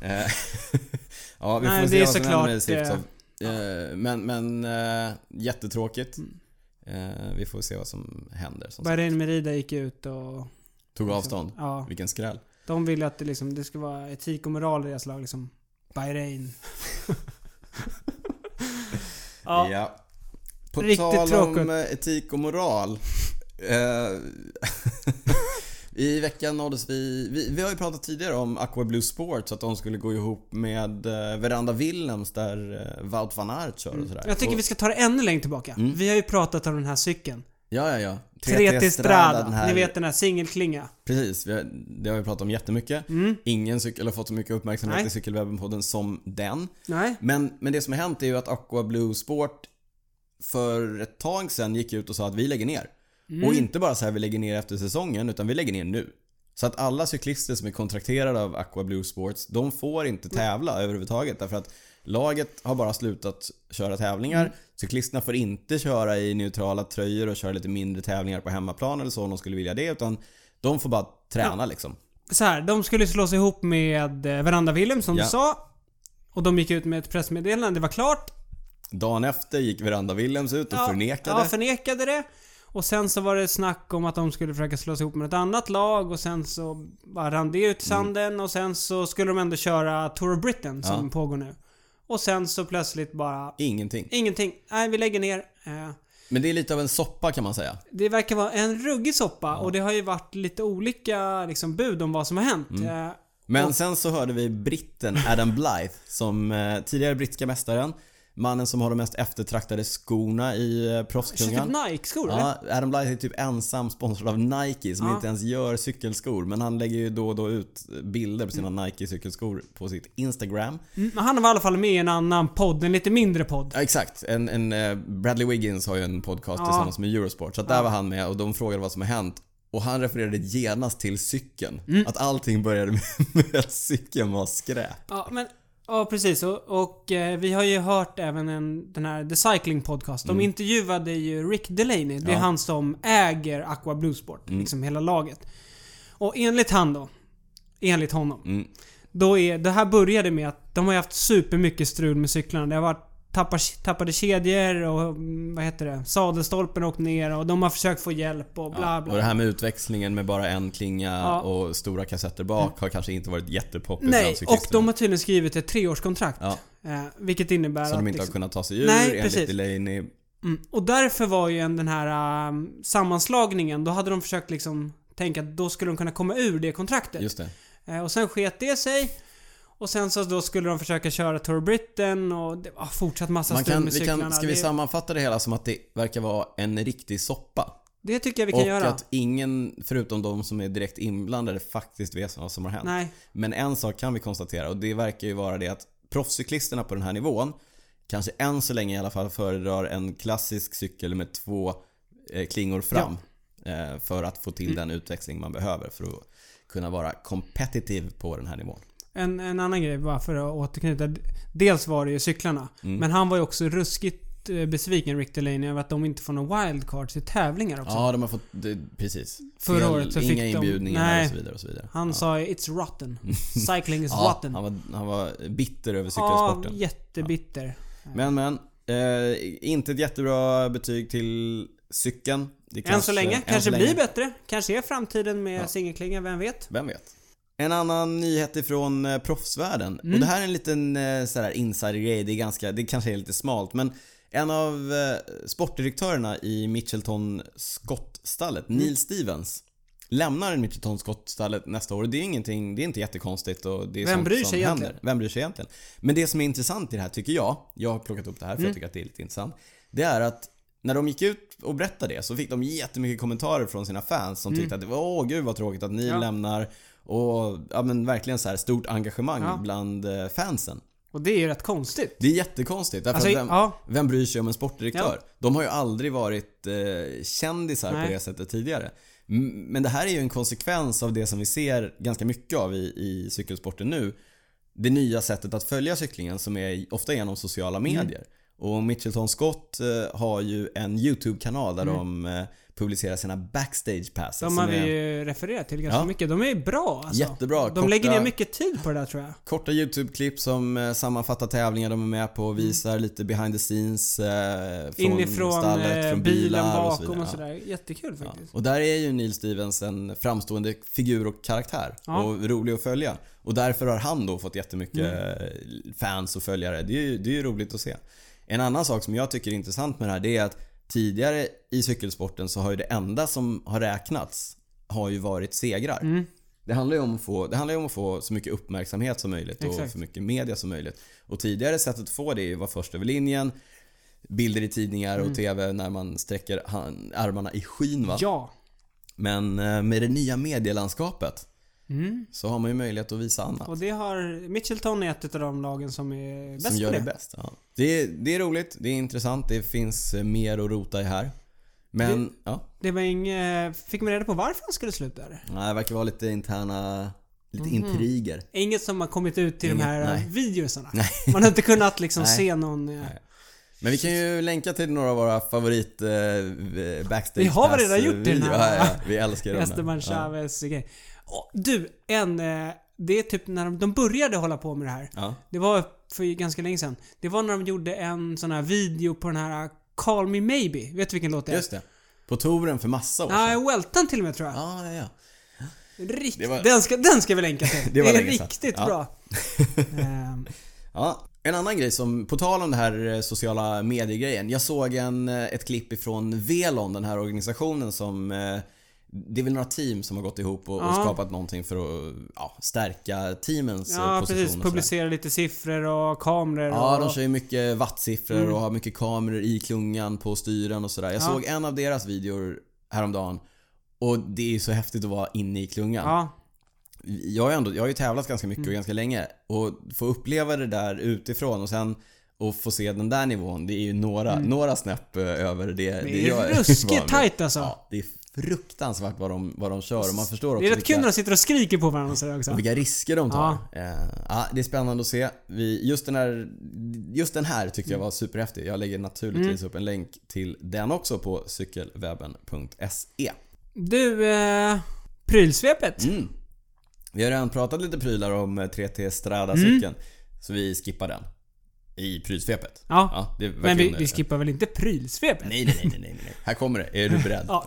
Speaker 2: Eh, ja, vi
Speaker 1: Nej,
Speaker 2: får
Speaker 1: det
Speaker 2: se
Speaker 1: är
Speaker 2: vad som
Speaker 1: såklart,
Speaker 2: händer med Sivtsov. Eh, Men, men eh, jättetråkigt.
Speaker 1: Mm.
Speaker 2: Eh, vi får se vad som händer. Som sagt.
Speaker 1: Bahrain Merida gick ut och...
Speaker 2: Tog avstånd.
Speaker 1: Ja.
Speaker 2: Vilken skräll.
Speaker 1: De ville att det, liksom, det ska vara etik och moral i deras lag liksom. Bahrain. ja.
Speaker 2: Ja. På
Speaker 1: Riktigt
Speaker 2: tal
Speaker 1: tråkigt.
Speaker 2: om eh, etik och moral. eh, I veckan nåddes vi, vi... Vi har ju pratat tidigare om Aqua Blue Sports, att de skulle gå ihop med eh, Veranda Willems där eh, Wout van Aert kör och sådär.
Speaker 1: Mm. Jag tycker
Speaker 2: och,
Speaker 1: vi ska ta det ännu längre tillbaka.
Speaker 2: Mm.
Speaker 1: Vi har ju pratat om den här cykeln.
Speaker 2: Ja, ja, ja.
Speaker 1: 3 till Strada.
Speaker 2: den här-
Speaker 1: Ni vet den här singelklinga.
Speaker 2: Precis, vi har, det har vi pratat om jättemycket. Ingen cykel har fått så mycket uppmärksamhet
Speaker 1: Nej.
Speaker 2: i Cykelwebben-podden som den.
Speaker 1: Nej.
Speaker 2: Men, men det som har hänt är ju att Aqua Blue Sport för ett tag sedan gick ut och sa att vi lägger ner.
Speaker 1: Mm.
Speaker 2: Och inte bara så här vi lägger ner efter säsongen, utan vi lägger ner nu. Så att alla cyklister som är kontrakterade av Aqua Blue Sports, de får inte
Speaker 1: Mm.
Speaker 2: tävla överhuvudtaget. Därför att laget har bara slutat köra tävlingar.
Speaker 1: Mm.
Speaker 2: Cyklisterna får inte köra i neutrala tröjor och köra lite mindre tävlingar på hemmaplan eller så om de skulle vilja det. Utan de får bara träna liksom.
Speaker 1: så här, de skulle slås ihop med eh, Veranda Williams som
Speaker 2: Ja.
Speaker 1: du sa. Och de gick ut med ett pressmeddelande, det var klart.
Speaker 2: Dagen efter gick Veranda Willems ut och förnekade.
Speaker 1: Ja, förnekade det. Och sen så var det snack om att de skulle försöka slås ihop med ett annat lag och sen så bara rann det ut i
Speaker 2: Mm.
Speaker 1: sanden och sen så skulle de ändå köra Tour of Britain som
Speaker 2: Ja.
Speaker 1: pågår nu. Och sen så plötsligt bara
Speaker 2: Ingenting.
Speaker 1: ingenting. Nej, vi lägger ner. Eh,
Speaker 2: Men det är lite av en soppa kan man säga.
Speaker 1: Det verkar vara en ruggig soppa och det har ju varit lite olika liksom, bud om vad som har hänt.
Speaker 2: Mm.
Speaker 1: Eh,
Speaker 2: Men sen så hörde vi britten Adam Blythe som eh, tidigare brittiska mästaren Mannen som har de mest eftertraktade skorna i eh, proffsklungan.
Speaker 1: Köpte typ Nike-skor eller?
Speaker 2: Ja, Adam Blythe är typ ensam sponsrad av Nike som
Speaker 1: Ja.
Speaker 2: inte ens gör cykelskor. Men han lägger ju då och då ut bilder på sina Nike-cykelskor på sitt Instagram.
Speaker 1: Mm, men han var i alla fall med i en annan podd, en lite mindre podd.
Speaker 2: Ja, exakt. En, en, eh, Bradley Wiggins har ju en podcast
Speaker 1: Ja.
Speaker 2: tillsammans med Eurosport. Så att där var han med och de frågade vad som har hänt. Och han refererade genast till cykeln.
Speaker 1: Mm.
Speaker 2: Att allting började med, med att cykeln var skräp.
Speaker 1: Ja, men... Ja, precis. Och, och eh, vi har ju hört även en, den här The Cycling Podcast. De intervjuade ju Rick Delaney. Det är
Speaker 2: Mm. Ja. Mm.
Speaker 1: han som äger Aqua Bluesport. Liksom hela laget. Och enligt han då. Enligt honom.
Speaker 2: Mm.
Speaker 1: Då är, det här började med att de har ju haft supermycket strul med cyklarna. Det har varit tappar, tappade kedjor och mm, vad heter det? Sadelstolpen har åkt ner och de har försökt få hjälp och bla bla.
Speaker 2: Och det här med utväxlingen med bara en klinga
Speaker 1: Ja. Mm.
Speaker 2: och stora kassetter bak har kanske inte varit jättepoppis
Speaker 1: Nej,
Speaker 2: bland
Speaker 1: och
Speaker 2: cyklisterna.
Speaker 1: de har tydligen skrivit ett treårskontrakt.
Speaker 2: Ja.
Speaker 1: Eh, vilket innebär
Speaker 2: Så
Speaker 1: att...
Speaker 2: de inte har
Speaker 1: liksom,
Speaker 2: kunnat ta sig ur
Speaker 1: Nej,
Speaker 2: enligt
Speaker 1: precis.
Speaker 2: Delaney.
Speaker 1: mm, och därför var ju en, den här eh, sammanslagningen, då hade de försökt liksom tänka att då skulle de kunna komma ur det kontraktet.
Speaker 2: Just det.
Speaker 1: Eh, och sen sket det sig. Och sen så då skulle de försöka köra Tour Britain och det var fortsatt massa
Speaker 2: Man
Speaker 1: strul
Speaker 2: kan,
Speaker 1: med
Speaker 2: vi
Speaker 1: cyklarna.
Speaker 2: kan, ska vi
Speaker 1: det,
Speaker 2: sammanfatta det hela som att det verkar vara en riktig soppa?
Speaker 1: det tycker jag vi kan
Speaker 2: Och
Speaker 1: göra.
Speaker 2: att ingen, förutom de som är direkt inblandade, faktiskt vet vad som har hänt.
Speaker 1: Nej.
Speaker 2: Men en sak kan vi konstatera och det verkar ju vara det att proffscyklisterna på den här nivån kanske än så länge i alla fall föredrar en klassisk cykel med två eh, klingor fram. Eh, för att få
Speaker 1: Mm.
Speaker 2: till den utväxling man behöver för att kunna vara kompetitiv på den här nivån.
Speaker 1: En, en annan grej bara för att återknyta. Dels var det ju cyklarna.
Speaker 2: Mm.
Speaker 1: Men han var ju också ruskigt eh, besviken, Rick Delaney, över att de inte får några wildcards i tävlingar också.
Speaker 2: Ja, de har fått, det, precis.
Speaker 1: Förra
Speaker 2: Fel-
Speaker 1: året så
Speaker 2: Inga
Speaker 1: fick de-
Speaker 2: inbjudningar
Speaker 1: nej.
Speaker 2: och så vidare. Och så vidare.
Speaker 1: Han sa ju “It's rotten”. Cycling is
Speaker 2: Mm. ja,
Speaker 1: rotten.
Speaker 2: han, var, han var bitter över
Speaker 1: Ja,
Speaker 2: cykelsporten.
Speaker 1: jättebitter.
Speaker 2: Men men, eh, inte ett jättebra betyg till cykeln. Det
Speaker 1: än så länge.
Speaker 2: än så
Speaker 1: kanske
Speaker 2: länge.
Speaker 1: blir bättre. Kanske är framtiden med singelklinga, vem vet? Mm.
Speaker 2: Vem vet? En annan nyhet ifrån eh, proffsvärlden. Och det här är en liten eh, så här insidergrej. Det, är ganska- det kanske är lite smalt men en av eh, sportdirektörerna i Mitchelton Scott-stallet,
Speaker 1: Mm.
Speaker 2: Neil Stevens, lämnar Mitchelton Scott-stallet nästa år. Och Det är ingenting, det är inte jättekonstigt och det är
Speaker 1: Vem
Speaker 2: sånt
Speaker 1: bryr
Speaker 2: som
Speaker 1: sig
Speaker 2: händer.
Speaker 1: egentligen?
Speaker 2: Vem bryr sig egentligen? Men det som är intressant i det här tycker jag, jag har plockat upp det här
Speaker 1: Mm.
Speaker 2: för jag tycker att det är lite intressant. Det är att när de gick ut och berättade det så fick de jättemycket kommentarer från sina fans som tyckte att det var åh gud vad tråkigt att ni
Speaker 1: Mm. Ja.
Speaker 2: lämnar och ja men verkligen så här stort engagemang
Speaker 1: Ja.
Speaker 2: bland eh, fansen.
Speaker 1: Och det är ju rätt konstigt.
Speaker 2: Det är jättekonstigt därför
Speaker 1: Alltså,
Speaker 2: att vem,
Speaker 1: ja.
Speaker 2: vem bryr sig om en sportdirektör? De har ju aldrig varit eh, kändisar
Speaker 1: Nej.
Speaker 2: på det sättet tidigare. M- Men det här är ju en konsekvens av det som vi ser ganska mycket av i, i cykelsporten nu. Det nya sättet att följa cyklingen som är ofta genom sociala
Speaker 1: Mm.
Speaker 2: medier. Och Mitchelton Scott eh, har ju en YouTube-kanal
Speaker 1: Mm.
Speaker 2: där de eh, publicerar sina backstage passes.
Speaker 1: De
Speaker 2: som
Speaker 1: har
Speaker 2: är-
Speaker 1: vi ju refererat till ganska
Speaker 2: Alltså, Ja.
Speaker 1: mycket. De är ju bra alltså.
Speaker 2: Jättebra,
Speaker 1: De
Speaker 2: korta-
Speaker 1: lägger ner mycket tid på det där tror jag.
Speaker 2: Korta YouTube-klipp som eh, sammanfattar tävlingar de är med på och visar lite behind the scenes eh, från
Speaker 1: Mm. Inifrån
Speaker 2: stallet,
Speaker 1: eh,
Speaker 2: från
Speaker 1: bilen
Speaker 2: bilar och så
Speaker 1: bakom
Speaker 2: vidare.
Speaker 1: och
Speaker 2: Ja.
Speaker 1: sådär. Jättekul
Speaker 2: Ja.
Speaker 1: faktiskt.
Speaker 2: Och där är ju Neil Stevens en framstående figur och karaktär
Speaker 1: Ja.
Speaker 2: och rolig att följa. Och därför har han då fått jättemycket
Speaker 1: Mm.
Speaker 2: eh, fans och följare. Det är, ju, det är ju roligt att se. En annan sak som jag tycker är intressant med det här det är att tidigare i cykelsporten så har ju det enda som har räknats har ju varit segrar.
Speaker 1: Mm.
Speaker 2: Det handlar ju om att få, det handlar ju om att få så mycket uppmärksamhet som möjligt och
Speaker 1: Exakt.
Speaker 2: så mycket media som möjligt. Och tidigare sättet att få det var först över linjen, bilder i tidningar och TV när man sträcker han, armarna i skyn va?
Speaker 1: Mm. Ja.
Speaker 2: Men eh, med det nya medielandskapet så har man ju möjlighet att visa annat.
Speaker 1: Mm. Och det har... Mitchelton är ett av de lagen som är bäst
Speaker 2: Som gör
Speaker 1: på
Speaker 2: det bäst. Ja. Det, är, det är roligt, det är intressant, det finns eh, mer att rota i här. Men ja,
Speaker 1: Det var inget... Fick man reda på varför han skulle sluta? eller?
Speaker 2: nej, det verkar vara lite interna,
Speaker 1: Mhm.
Speaker 2: lite intriger.
Speaker 1: Inget som har kommit ut till
Speaker 2: Inget,
Speaker 1: de här
Speaker 2: nej.
Speaker 1: videosarna. Man har inte kunnat liksom
Speaker 2: Nej.
Speaker 1: se någon... eh,
Speaker 2: Men vi kan ju länka till några av våra favorit eh, backstage
Speaker 1: Vi har väl redan gjort det, den
Speaker 2: video.
Speaker 1: här,
Speaker 2: Ja, ja, vi älskar dem.
Speaker 1: Esteban Chavez ja. Du, en... eh, Det är typ när de, de började hålla på med det här.
Speaker 2: Ja.
Speaker 1: Det var för ganska länge sedan. Det var när de gjorde en sån här video på den här eh, Call Me Maybe. Vet du vilken låt det är?
Speaker 2: Just det. På touren för massa år
Speaker 1: Ja,
Speaker 2: sedan.
Speaker 1: Weltan till och med tror jag.
Speaker 2: Ja, ja, ja.
Speaker 1: Rikt,
Speaker 2: Det var-
Speaker 1: den, ska, den ska vi länka till.
Speaker 2: Det
Speaker 1: det,
Speaker 2: var
Speaker 1: är
Speaker 2: länge sedan.
Speaker 1: riktigt
Speaker 2: Ja.
Speaker 1: bra. Ehm,
Speaker 2: Ja, en annan grej som, på tal om det här eh, sociala medier-grejen. Jag såg en, eh, ett klipp ifrån Velon, den här organisationen som eh, Det är väl några team som har gått ihop och, och
Speaker 1: Ja.
Speaker 2: skapat någonting för att ja, stärka teamens
Speaker 1: Ja,
Speaker 2: eh, position
Speaker 1: precis.
Speaker 2: och sådär.
Speaker 1: Publicera lite siffror och kameror
Speaker 2: Ja,
Speaker 1: och... Mm.
Speaker 2: de kör ju mycket wattsiffror och har mycket kameror i klungan på styren och sådär. Jag såg en av deras videor häromdagen och det är ju så häftigt att vara inne i klungan.
Speaker 1: Ja.
Speaker 2: Jag, har ju ändå, jag har ju tävlat ganska
Speaker 1: Mm.
Speaker 2: mycket och ganska länge och få uppleva det där utifrån och sen och få se den där nivån, det är ju några, några snäpp eh, över det
Speaker 1: Mm. Det
Speaker 2: jag
Speaker 1: är
Speaker 2: van vid.
Speaker 1: ruskigt tajt alltså.
Speaker 2: Ja, det är fruktansvärt vad de, vad de kör och man förstår också
Speaker 1: det är rätt
Speaker 2: vilka-
Speaker 1: kul när de sitter och skriker på varandra sådär också.
Speaker 2: och vilka risker de tar. Ja. ja, det är spännande att se. Vi, just, den här, just den här tyckte
Speaker 1: Mm.
Speaker 2: jag var superhäftig. Jag lägger naturligtvis upp en länk till den också på cykelwebben.se.
Speaker 1: Du, eh, prylsvepet.
Speaker 2: Mm. Vi har redan pratat lite prylar om eh, 3T Strada-cykeln.
Speaker 1: Mm.
Speaker 2: Så vi skippar den. I prylsvepet.
Speaker 1: Ja.
Speaker 2: det är
Speaker 1: Men vi,
Speaker 2: verkligen-
Speaker 1: vi skippar väl inte prylsvepet?
Speaker 2: Nej, nej, nej, nej, nej, nej. Här kommer det. Är du beredd?
Speaker 1: Ja.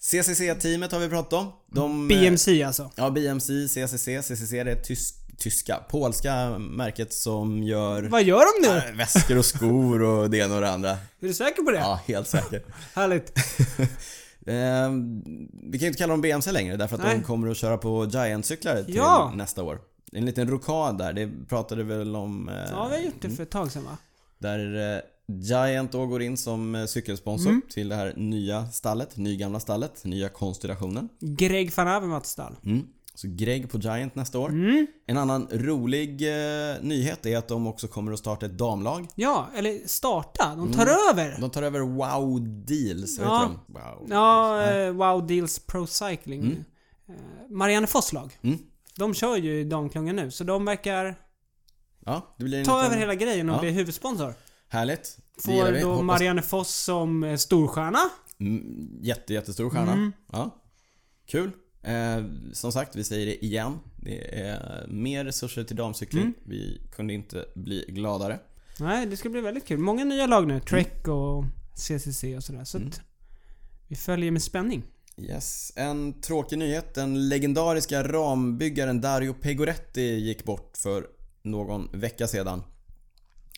Speaker 2: CCC-teamet har vi pratat om. De, eh,
Speaker 1: BMC alltså.
Speaker 2: Ja, BMC, CCC. CCC det är tysk, tyska, polska märket som gör
Speaker 1: Vad gör de nu?
Speaker 2: äh, väskor och skor och det ena och det andra.
Speaker 1: Är du säker på det?
Speaker 2: Ja, helt säkert.
Speaker 1: Härligt.
Speaker 2: Eh, vi kan ju inte kalla dem BMC längre därför att
Speaker 1: Nej.
Speaker 2: de kommer att köra på Giant-cyklar till
Speaker 1: Ja.
Speaker 2: nästa år. Det är En liten rokad där, det pratade vi väl om... eh,
Speaker 1: Ja, vi har gjort det för ett tag sedan va?
Speaker 2: Där eh, Giant då går in som eh, cykelsponsor
Speaker 1: Mm.
Speaker 2: till det här nya stallet, nygamla stallet, nya konstellationen.
Speaker 1: Greg van Avermaetsdal.
Speaker 2: Mm. Så Greg på Giant nästa år.
Speaker 1: Mm.
Speaker 2: En annan rolig eh, nyhet är att de också kommer att starta ett damlag.
Speaker 1: Ja, eller starta. De tar över.
Speaker 2: Mm. De tar över Wow Deals, vad
Speaker 1: Ja.
Speaker 2: heter de? Wow.
Speaker 1: Ja, eh, Wow Deals Pro Cycling. Eh, Marianne Fosslag.
Speaker 2: Mm.
Speaker 1: De kör ju i damklungan nu, så de verkar
Speaker 2: Ja, det blir en
Speaker 1: ta
Speaker 2: liten...
Speaker 1: över hela grejen och
Speaker 2: Ja.
Speaker 1: bli huvudsponsor.
Speaker 2: Härligt. Det gillar vi.
Speaker 1: Får då
Speaker 2: Hoppas-
Speaker 1: Marianne Foss som eh, storstjärna.
Speaker 2: Mm, Jätte, jättestor stjärna.
Speaker 1: Mm.
Speaker 2: Ja. Kul. Eh, som sagt, vi säger det igen. Det är mer resurser till damcykling.
Speaker 1: Mm.
Speaker 2: Vi kunde inte bli gladare.
Speaker 1: Nej, det ska bli väldigt kul. Många nya lag
Speaker 2: Mm.
Speaker 1: nu. Trek och CCC och sådär. Så att vi följer med spänning.
Speaker 2: Yes. En tråkig nyhet. Den legendariska rambyggaren Dario Pegoretti gick bort för någon vecka sedan.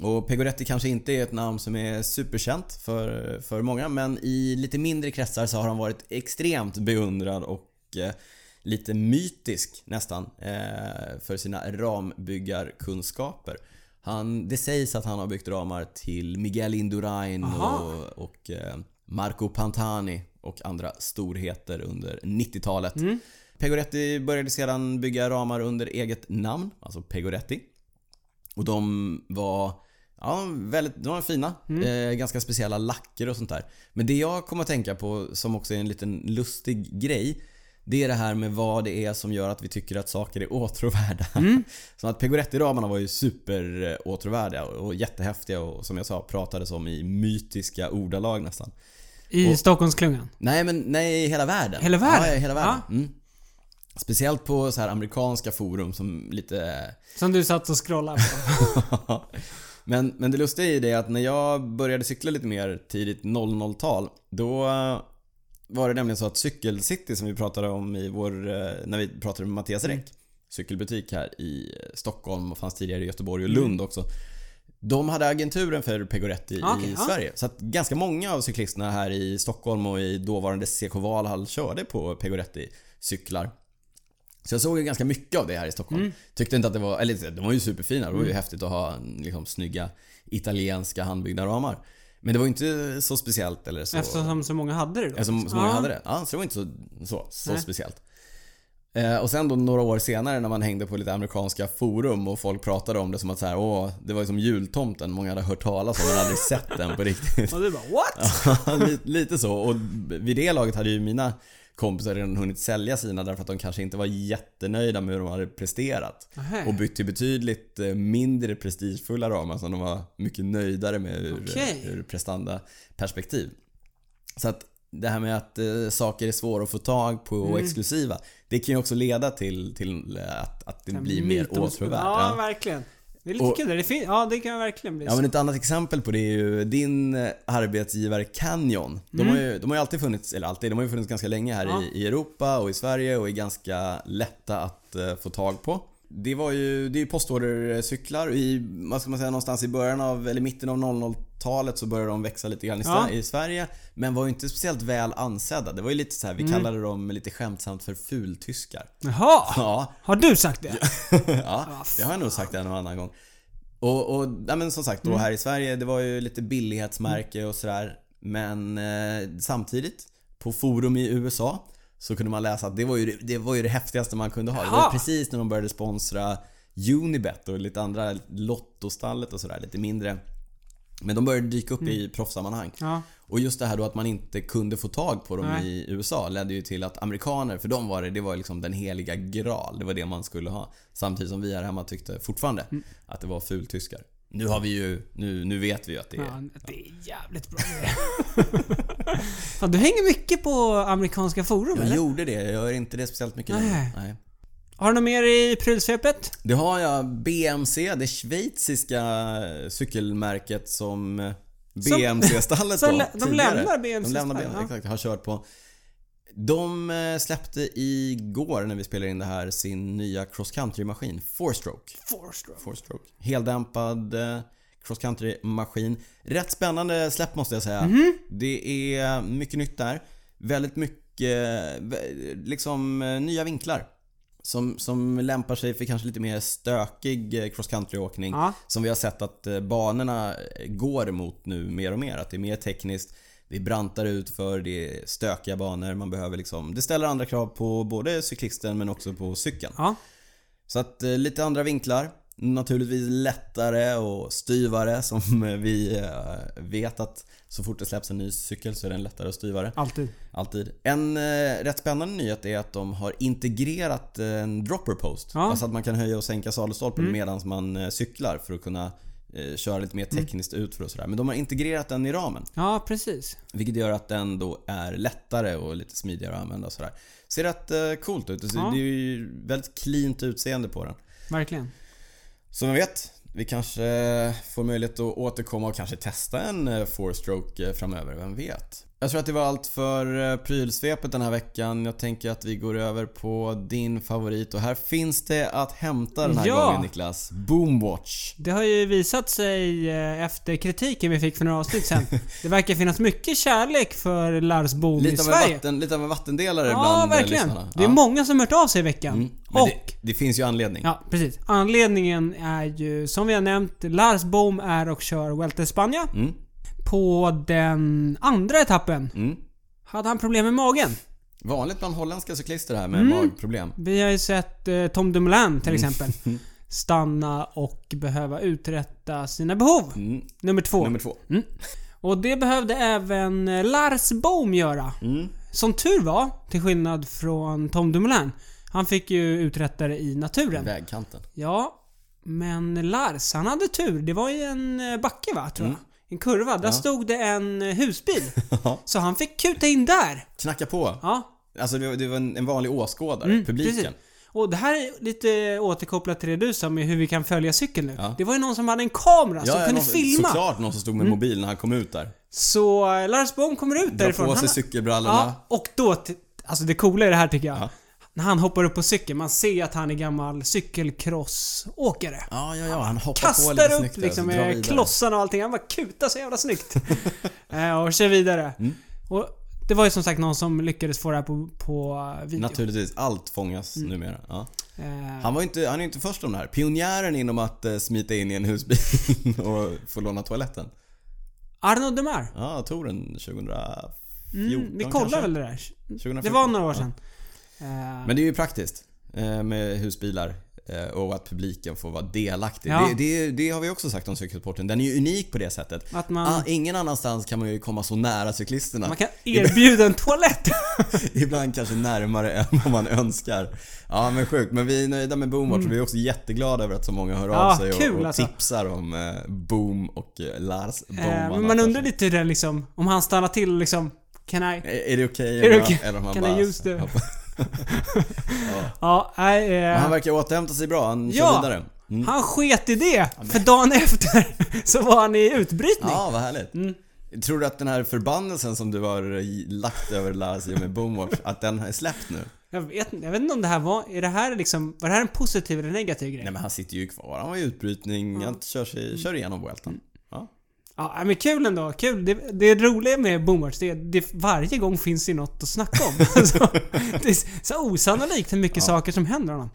Speaker 2: Och Pegoretti kanske inte är ett namn som är superkänt för, för många men i lite mindre kretsar så har han varit extremt beundrad och eh, lite mytisk nästan eh, för sina rambyggarkunskaper. Han, det sägs att han har byggt ramar till Miguel Indurain
Speaker 1: Aha.
Speaker 2: och, och eh, Marco Pantani och andra storheter under 90-talet. Pegoretti började sedan bygga ramar under eget namn, alltså Pegoretti. Och de var Ja, väldigt, de var fina.
Speaker 1: Mm.
Speaker 2: Eh, ganska speciella lacker och sånt där. Men det jag kommer att tänka på som också är en liten lustig grej. Det är det här med vad det är som gör att vi tycker att saker är åtråvärda.
Speaker 1: Mm.
Speaker 2: Som att Pegoretti-ramarna var ju superåtråvärda och jättehäftiga och som jag sa pratades om i mytiska ordalag nästan.
Speaker 1: I Stockholmsklungan.
Speaker 2: Nej men nej, hela världen.
Speaker 1: Hela världen?
Speaker 2: Ja, hela världen. Mm. Speciellt på så här amerikanska forum som lite
Speaker 1: Som du satt och scrollade på.
Speaker 2: men, men det lustiga är ju det att när jag började cykla lite mer tidigt 00-tal Då eh, var det nämligen så att Cykelcity som vi pratade om i vår, eh, när vi pratade med Mattias
Speaker 1: Mm.
Speaker 2: Räck Cykelbutik här i Stockholm och fanns tidigare i Göteborg och
Speaker 1: Mm.
Speaker 2: Lund också de hade agenturen för Pegoretti
Speaker 1: Ah, okej,
Speaker 2: i
Speaker 1: ja.
Speaker 2: Sverige. Så att ganska många av cyklisterna här i Stockholm och i dåvarande CK Valhall körde på Pegoretti-cyklar. Så jag såg ju ganska mycket av det här i Stockholm.
Speaker 1: Mm.
Speaker 2: Tyckte inte att det var... Eller de var ju superfina. Det var ju häftigt att ha en, liksom, snygga italienska handbyggda ramar. Men det var ju inte så speciellt eller så...
Speaker 1: Eftersom så många hade det då. Ah.
Speaker 2: Eftersom så många
Speaker 1: Alltså- Ja.
Speaker 2: hade det. Ja, så det var inte så, så, så
Speaker 1: Nej.
Speaker 2: speciellt. Eh, och sen då några år senare när man hängde på lite amerikanska forum och folk pratade om det som att så här, åh, det var ju som jultomten. Många hade hört talas om men aldrig sett den på riktigt.
Speaker 1: Och du bara what?
Speaker 2: Ja, lite, lite så. Och vid det laget hade ju mina kompisar redan hunnit sälja sina därför att de kanske inte var jättenöjda med hur de hade presterat.
Speaker 1: Nähä.
Speaker 2: Och bytt till betydligt eh, mindre prestigefulla ramar som de var mycket nöjdare med ur,
Speaker 1: Okej.
Speaker 2: ur prestanda perspektiv. Så att det här med att eh, saker är svåra att få tag på och
Speaker 1: Mm.
Speaker 2: exklusiva. Det kan ju också leda till, till eh, att, att det blir mer
Speaker 1: Mytomspunnet.
Speaker 2: åtråvärt.
Speaker 1: Ja,
Speaker 2: ja.
Speaker 1: verkligen. Det är lite
Speaker 2: Och-
Speaker 1: kul. Det fin- ja, det kan verkligen bli
Speaker 2: Ja men ett annat exempel på det är ju din eh, arbetsgivare Canyon. De, har ju, de har ju alltid funnits, eller alltid, de har ju funnits ganska länge här
Speaker 1: Mm. Ja.
Speaker 2: i, i Europa och i Sverige och är ganska lätta att eh, få tag på. Det var ju, det är ju postordercyklar. I, vad ska man säga, någonstans i början av, eller mitten av 00-talet så började de växa lite grann i,
Speaker 1: Ja.
Speaker 2: Sver- i Sverige. Men var ju inte speciellt väl ansedda. Det var ju lite så här,
Speaker 1: Mm.
Speaker 2: vi kallade dem lite skämtsamt för fultyskar.
Speaker 1: Jaha!
Speaker 2: Ja,
Speaker 1: Har du sagt det?
Speaker 2: ja, det har jag nog sagt en och annan gång. Och, och ja, men som sagt, då här i Sverige, det var ju lite billighetsmärke och sådär. Men eh, samtidigt, på forum i USA så kunde man läsa att det var ju det, det, var ju det häftigaste man kunde ha. Det var
Speaker 1: Jaha.
Speaker 2: ju precis när de började sponsra Unibet och lite andra, Lottostallet och sådär, lite mindre. Men de började dyka upp i proffssammanhang.
Speaker 1: Ja.
Speaker 2: Och just det här då att man inte kunde få tag på dem
Speaker 1: Nej.
Speaker 2: i USA ledde ju till att amerikaner, för dem var det, det var liksom den heliga graal. Det var det man skulle ha. Samtidigt som vi här hemma tyckte fortfarande
Speaker 1: Mm.
Speaker 2: att det var fultyskar. Nu har vi ju, nu, nu vet vi ju att det är...
Speaker 1: Ja, det är jävligt bra Fan, du hänger mycket på amerikanska forum
Speaker 2: Jag
Speaker 1: eller?
Speaker 2: gjorde det, jag gör inte det speciellt mycket
Speaker 1: Nej.
Speaker 2: längre. Nej.
Speaker 1: Har du något mer i prylsvepet?
Speaker 2: Det har jag BMC, det schweiziska cykelmärket som eh, BMC-stallet
Speaker 1: som
Speaker 2: då,
Speaker 1: lä- de
Speaker 2: tidigare.
Speaker 1: lämnar
Speaker 2: De lämnar
Speaker 1: BMC-stallet,
Speaker 2: BMC,
Speaker 1: ja.
Speaker 2: exakt. Har kört på. De eh, släppte igår när vi spelade in det här sin nya cross country-maskin, Fourstroke.
Speaker 1: Forstroke.
Speaker 2: Fourstroke. Heldämpad eh, cross country-maskin. Rätt spännande släpp måste jag säga. Det är mycket nytt där. Väldigt mycket eh, vä- liksom eh, nya vinklar. Som, som lämpar sig för kanske lite mer stökig eh, cross country-åkning.
Speaker 1: Ja.
Speaker 2: Som vi har sett att eh, banorna eh, går mot nu mer och mer. Att det är mer tekniskt. Det är brantare utför, det är stökiga banor. Man behöver liksom, det ställer andra krav på både cyklisten men också på cykeln.
Speaker 1: Ja.
Speaker 2: Så att eh, lite andra vinklar. Naturligtvis lättare och styvare som eh, vi eh, vet att så fort det släpps en ny cykel så är den lättare och styvare.
Speaker 1: Alltid.
Speaker 2: Alltid. En eh, rätt spännande nyhet är att de har integrerat eh, en dropper post.
Speaker 1: Ja. Mm.
Speaker 2: Alltså att man kan höja och sänka sadelstolpen medan man eh, cyklar för att kunna eh, köra lite mer
Speaker 1: Mm.
Speaker 2: tekniskt utför och sådär. Men de har integrerat den i ramen.
Speaker 1: Ja, precis.
Speaker 2: Vilket gör att den då är lättare och lite smidigare att använda och sådär. Ser rätt eh, coolt ut. Det ser-
Speaker 1: Ja.
Speaker 2: Det är ju väldigt cleant utseende på den.
Speaker 1: Verkligen.
Speaker 2: Så vem vet? Vi kanske eh, får möjlighet att återkomma och kanske testa en eh, four-stroke framöver. Vem vet? Jag tror att det var allt för eh, prylsvepet den här veckan. Jag tänker att vi går över på din favorit och här finns det att hämta den här
Speaker 1: Ja.
Speaker 2: gången Niklas. Boomwatch.
Speaker 1: Det har ju visat sig eh, efter kritiken vi fick för några avsnitt sen. Det verkar finnas mycket kärlek för Lars Bohm i
Speaker 2: Lite av, en
Speaker 1: Sverige.
Speaker 2: vatten, lite av en vattendelare
Speaker 1: ja,
Speaker 2: bland eh,
Speaker 1: verkligen.
Speaker 2: lyssnarna.
Speaker 1: Det är
Speaker 2: Ja. Mm,
Speaker 1: många som hört av sig i veckan.
Speaker 2: Men
Speaker 1: Och...
Speaker 2: det, det finns ju anledning.
Speaker 1: Ja, precis. Anledningen är ju, som vi har nämnt, Lars Bohm är och kör Vuelta i Spanien.
Speaker 2: Mm.
Speaker 1: På den andra etappen
Speaker 2: Mm.
Speaker 1: hade han problem med magen.
Speaker 2: Vanligt bland holländska cyklister här
Speaker 1: Mm.
Speaker 2: med magproblem.
Speaker 1: Vi har ju sett eh, Tom Dumoulin till exempel
Speaker 2: Mm.
Speaker 1: stanna och behöva uträtta sina behov.
Speaker 2: Mm.
Speaker 1: Nummer två.
Speaker 2: Nummer två.
Speaker 1: Mm. Och det behövde även eh, Lars Bohm göra.
Speaker 2: Mm.
Speaker 1: Som tur var, till skillnad från Tom Dumoulin. Han fick ju uträtta det i naturen.
Speaker 2: Vägkanten.
Speaker 1: Ja, men Lars, han hade tur. Det var ju en eh, backe va, tror jag.
Speaker 2: Mm.
Speaker 1: En kurva. Där stod det en eh, husbil. Så han fick kuta in där.
Speaker 2: Knacka på.
Speaker 1: Ja, Mm,
Speaker 2: Alltså det var, det var en, en vanlig åskådare, publiken.
Speaker 1: precis. Och det här är lite återkopplat till det du sa med hur vi kan följa cykeln nu. Det var ju någon som hade en kamera som Alltså, kunde
Speaker 2: någon,
Speaker 1: filma. Mm.
Speaker 2: Såklart någon som stod med mobil när han kom ut där.
Speaker 1: Så eh, Lars Bohm kommer ut
Speaker 2: Dra
Speaker 1: därifrån.
Speaker 2: på sig
Speaker 1: Han-
Speaker 2: cykelbrallorna.
Speaker 1: Ja, och då... t- Alltså det coola i det här tycker jag. När han hoppar upp på cykeln, man ser att han är gammal cykelcrossåkare.
Speaker 2: Ja, ja, ja. Han hoppar på lite
Speaker 1: Kastar upp
Speaker 2: snyggt där,
Speaker 1: liksom
Speaker 2: så drar
Speaker 1: med
Speaker 2: vidare.
Speaker 1: klossarna och allting. Han bara kutar så jävla snyggt. eh, och kör vidare.
Speaker 2: Mm.
Speaker 1: Och det var ju som sagt någon som lyckades få det här på, på video.
Speaker 2: Naturligtvis, allt fångas
Speaker 1: Mm.
Speaker 2: numera. Ja.
Speaker 1: Eh,
Speaker 2: Han, var ju inte, han är ju inte först om det här. Pionjären inom att eh, smita in i en husbil och få låna toaletten.
Speaker 1: Arnaud Demar.
Speaker 2: Ja, touren 2014
Speaker 1: Mm, vi kollar
Speaker 2: kanske?
Speaker 1: väl det där.
Speaker 2: 2014.
Speaker 1: Det var några år sedan. Eh,
Speaker 2: Men det är ju praktiskt eh, med husbilar eh, och att publiken får vara delaktig.
Speaker 1: Ja.
Speaker 2: Det, det, det har vi också sagt om cykelsporten. Den är ju unik på det sättet.
Speaker 1: Att man-
Speaker 2: ah, ingen annanstans kan man ju komma så nära cyklisterna.
Speaker 1: man kan erbjuda en toalett.
Speaker 2: Ibland kanske närmare än vad man önskar. Ja men sjukt. Men vi är nöjda med Boomwatch och vi är också jätteglada över att så många hör
Speaker 1: Ja,
Speaker 2: av sig och,
Speaker 1: Mm. kul
Speaker 2: och
Speaker 1: alltså.
Speaker 2: tipsar om eh, Boom och eh, Lars Boom.
Speaker 1: Eh, men man undrar lite hur det är liksom, om han stannar till liksom. Can I?
Speaker 2: Är är det okej?
Speaker 1: det
Speaker 2: eller-
Speaker 1: okej?
Speaker 2: Eller om han
Speaker 1: Kan
Speaker 2: bara...
Speaker 1: jag use det?
Speaker 2: Ja.
Speaker 1: Ja, nej. eh,
Speaker 2: Men han verkar återhämta sig bra. Han kör
Speaker 1: Ja.
Speaker 2: vidare.
Speaker 1: Han sket i det, för dagen efter så var han i utbrytning.
Speaker 2: Ja, vad härligt. Tror du att den här förbannelsen som du har lagt över Lazio med Boomwatch, att den är släppt nu?
Speaker 1: Jag vet, jag vet inte om det här var... Är det här liksom... Var det här en positiv eller negativ grej?
Speaker 2: Nej men han sitter ju kvar, han har ju utbrytning, han kör, sig, kör igenom Welton. Ja.
Speaker 1: Ja, men kul ändå. Kul. Det, det roliga med Boomwatch, det, det varje gång finns det något att snacka om. alltså, det är så osannolikt hur mycket saker som händer honom.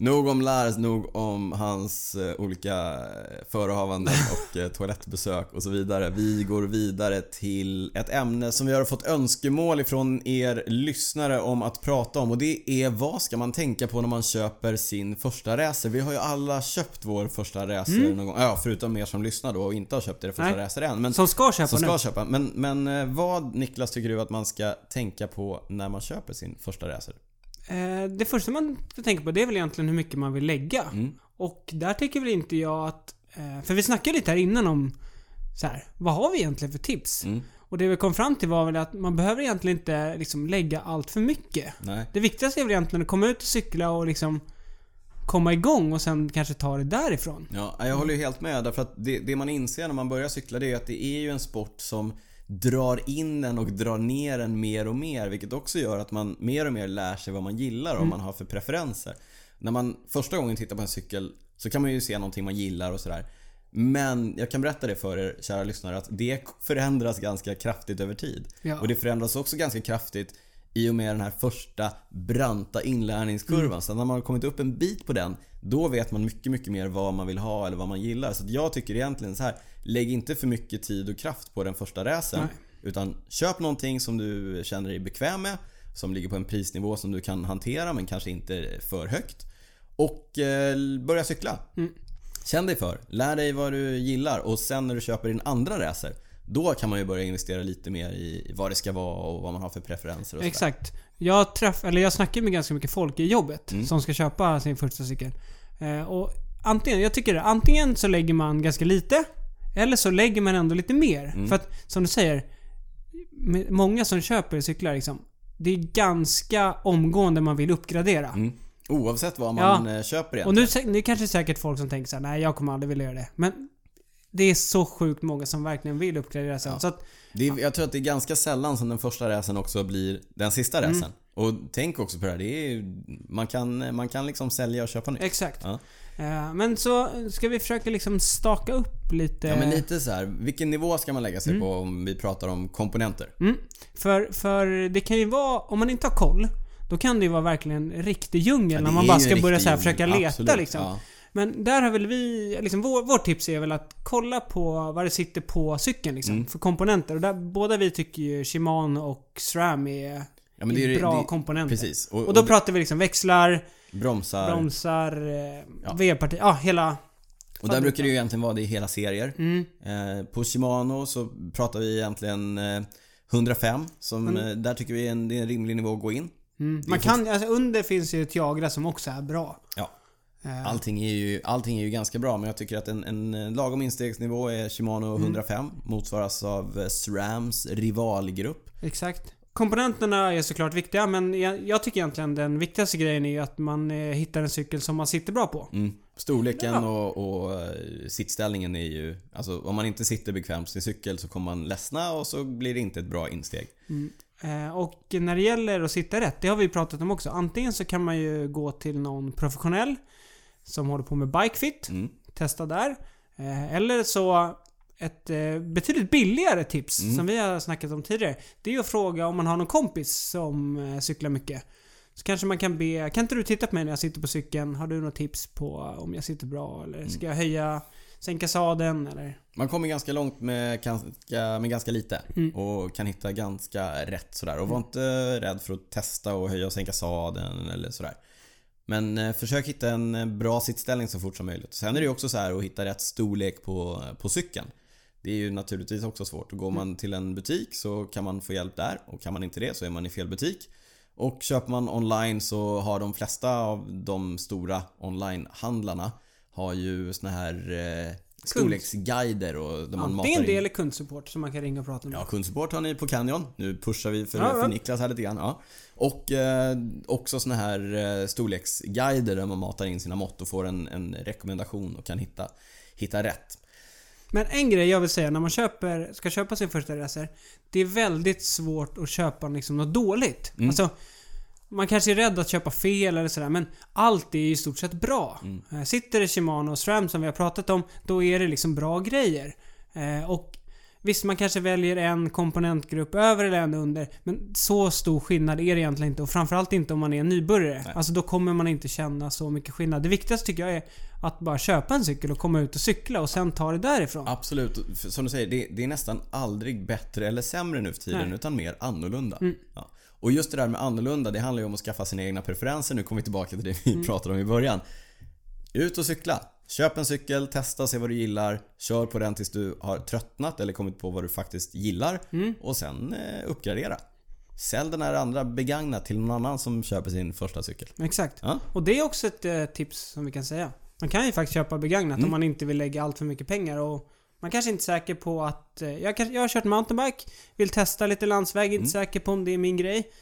Speaker 2: Nog om Lars, nog om hans eh, olika eh, förehavanden och eh, toalettbesök och så vidare. Vi går vidare till ett ämne som vi har fått önskemål ifrån er lyssnare om att prata om och det är vad ska man tänka på när man köper sin första racer? Vi har ju alla köpt vår första racer någon gång. Ja, förutom er som lyssnar då och inte har köpt er första
Speaker 1: Mm. Nej.
Speaker 2: racer än. Men
Speaker 1: Som ska köpa
Speaker 2: som
Speaker 1: nu.
Speaker 2: ska köpa. Men, men eh, vad Niklas tycker du att man ska tänka på när man köper sin första racer?
Speaker 1: Eh, det första man ska tänka på det är väl egentligen hur mycket man vill lägga. Och där tycker väl inte jag att... Eh, för vi snackade ju lite här innan om så här, vad har vi egentligen för tips? Och det vi kom fram till var väl att man behöver egentligen inte liksom lägga allt för mycket.
Speaker 2: Nej.
Speaker 1: Det viktigaste är väl egentligen att komma ut och cykla och liksom komma igång och sen kanske ta det därifrån.
Speaker 2: Ja, jag håller ju helt med. Därför att det, det man inser när man börjar cykla det är ju att det är ju en sport som drar in en och drar ner en mer och mer. Vilket också gör att man mer och mer lär sig vad man gillar och vad man har för preferenser. När man första gången tittar på en cykel så kan man ju se någonting man gillar och sådär. Men jag kan berätta det för er kära lyssnare att det förändras ganska kraftigt över tid.
Speaker 1: Ja.
Speaker 2: Och det förändras också ganska kraftigt i och med den här första branta inlärningskurvan. Sen när man har kommit upp en bit på den, då vet man mycket, mycket mer vad man vill ha eller vad man gillar. Så att jag tycker egentligen så här, lägg inte för mycket tid och kraft på den första racen. Utan köp någonting som du känner dig bekväm med, som ligger på en prisnivå som du kan hantera men kanske inte för högt. Och eh, börja cykla. Känn dig för, lär dig vad du gillar och sen när du köper din andra racer då kan man ju börja investera lite mer i vad det ska vara och vad man har för preferenser och sådär.
Speaker 1: Exakt. Jag, träff, eller jag snackar med ganska mycket folk i jobbet
Speaker 2: Mm.
Speaker 1: som ska köpa sin första cykel. Eh, och antingen, jag tycker det, antingen så lägger man ganska lite eller så lägger man ändå lite mer.
Speaker 2: Mm.
Speaker 1: För att som du säger, med- många som köper cyklar liksom, det är ganska omgående man vill uppgradera.
Speaker 2: Mm. Oavsett vad man
Speaker 1: Ja.
Speaker 2: eh, köper
Speaker 1: Och
Speaker 2: igen.
Speaker 1: nu sä- det är kanske säkert folk som tänker så här: nej jag kommer aldrig vilja göra det. Men det är så sjukt många som verkligen vill uppgradera sig. Så att,
Speaker 2: Det är, jag tror att det är ganska sällan som den första racen också blir den sista
Speaker 1: Mm.
Speaker 2: racen. Och tänk också på det här, det är, ju- man, kan, man kan liksom sälja och köpa nytt.
Speaker 1: exakt.
Speaker 2: Ja.
Speaker 1: Eh, men så ska vi försöka liksom staka upp lite.
Speaker 2: Ja men lite så här, vilken nivå ska man lägga sig på om vi pratar om komponenter?
Speaker 1: Mm. För, för det kan ju vara, om man inte har koll, då kan det ju vara verkligen riktig djungel
Speaker 2: det
Speaker 1: när
Speaker 2: är
Speaker 1: man bara
Speaker 2: ju
Speaker 1: ska
Speaker 2: en
Speaker 1: börja
Speaker 2: riktig
Speaker 1: så här, försöka
Speaker 2: djungel,
Speaker 1: leta
Speaker 2: absolut.
Speaker 1: liksom.
Speaker 2: Ja.
Speaker 1: Men där har väl vi, liksom, vår, vårt tips är väl att kolla på vad det sitter på cykeln liksom,
Speaker 2: Mm.
Speaker 1: för komponenter. Och där, båda vi tycker ju Shimano och SRAM är,
Speaker 2: Ja, men
Speaker 1: är
Speaker 2: det är-
Speaker 1: bra
Speaker 2: det-
Speaker 1: komponenter.
Speaker 2: precis. Och-
Speaker 1: Och,
Speaker 2: och
Speaker 1: då
Speaker 2: det-
Speaker 1: pratar vi liksom växlar,
Speaker 2: Bromsar.
Speaker 1: bromsar, eh, V-parti, ja hela...
Speaker 2: Och där brukar det ju egentligen vara det i hela serier. Eh, på Shimano så pratar vi egentligen eh, 105 som eh, där tycker vi är en, det är en rimlig nivå att gå in.
Speaker 1: Man kan, alltså, under finns ju ett Jagra som också är bra.
Speaker 2: Ja. Allting är, ju, allting är ju ganska bra men jag tycker att en, en eh, lagom instegsnivå är Shimano 105 motsvaras av eh, SRAMs rivalgrupp.
Speaker 1: Exakt. Komponenterna är såklart viktiga men jag, jag tycker egentligen den viktigaste grejen är ju att man eh, hittar en cykel som man sitter bra på.
Speaker 2: Storleken och, och eh, sittställningen är ju... Alltså om man inte sitter bekvämt i cykel så kommer man ledsna och så blir det inte ett bra insteg.
Speaker 1: Eh, och när det gäller att sitta rätt, det har vi ju pratat om också. Antingen så kan man ju gå till någon professionell som håller på med bikefit.
Speaker 2: Mm.
Speaker 1: Testa där. Eh, eller så ett eh, betydligt billigare tips
Speaker 2: Mm.
Speaker 1: som vi har snackat om tidigare. Det är ju att fråga om man har någon kompis som eh, cyklar mycket. Så kanske man kan be, kan inte du titta på mig när jag sitter på cykeln? Har du något tips på om jag sitter bra? Eller
Speaker 2: Mm.
Speaker 1: ska jag höja, sänka sadeln? Eller?
Speaker 2: Man kommer ganska långt med ganska, med ganska lite och kan hitta ganska rätt sådär. Och var inte rädd för att testa och höja och sänka sadeln eller sådär. Men eh, försök hitta en eh, bra sittställning så fort som möjligt. Sen är det ju också så här att hitta rätt storlek på, på cykeln. Det är ju naturligtvis också svårt. Går man till en butik så kan man få hjälp där och kan man inte det så är man i fel butik. Och köper man online så har de flesta av de stora onlinehandlarna har ju såna här eh, storleksguider och där man
Speaker 1: Antingen
Speaker 2: matar
Speaker 1: det
Speaker 2: in.
Speaker 1: eller kundsupport som man kan ringa och prata med.
Speaker 2: Ja, kundsupport har ni på Canyon. Nu pushar vi för,
Speaker 1: Mm. Ja, ja.
Speaker 2: för Niklas här lite grann. Ja. Och eh, också såna här eh, storleksguider där man matar in sina mått och får en, en rekommendation och kan hitta, hitta rätt.
Speaker 1: Men en grej jag vill säga när man köper, ska köpa sin första racer. Det är väldigt svårt att köpa liksom något dåligt. Alltså, man kanske är rädd att köpa fel eller sådär men allt är i stort sett bra. Eh, Sitter det Shimano och SRAM som vi har pratat om, då är det liksom bra grejer. Eh, Och Visst, man kanske väljer en komponentgrupp över eller en under, men så stor skillnad är det egentligen inte. Och framförallt inte om man är nybörjare. Alltså då kommer man inte känna så mycket skillnad. Det viktigaste tycker jag är att bara köpa en cykel och komma ut och cykla och sen ta det därifrån.
Speaker 2: Absolut. Och för- Som du säger, det, det är nästan aldrig bättre eller sämre nu för tiden utan mer annorlunda. Ja. Och just det där med annorlunda, det handlar ju om att skaffa sina egna preferenser. Nu kommer vi tillbaka till det vi pratade om i början. Ut och cykla. Köp en cykel, testa, se vad du gillar. Kör på den tills du har tröttnat eller kommit på vad du faktiskt gillar. Och sen eh, uppgradera. Sälj den här andra begagnat till någon annan som köper sin första cykel.
Speaker 1: Exakt.
Speaker 2: Ja.
Speaker 1: Och det är också ett eh, tips som vi kan säga. Man kan ju faktiskt köpa begagnat om man inte vill lägga allt för mycket pengar och man kanske inte är säker på att... Eh, jag, kan, jag har kört mountainbike, vill testa lite landsväg, inte säker på om det är min grej.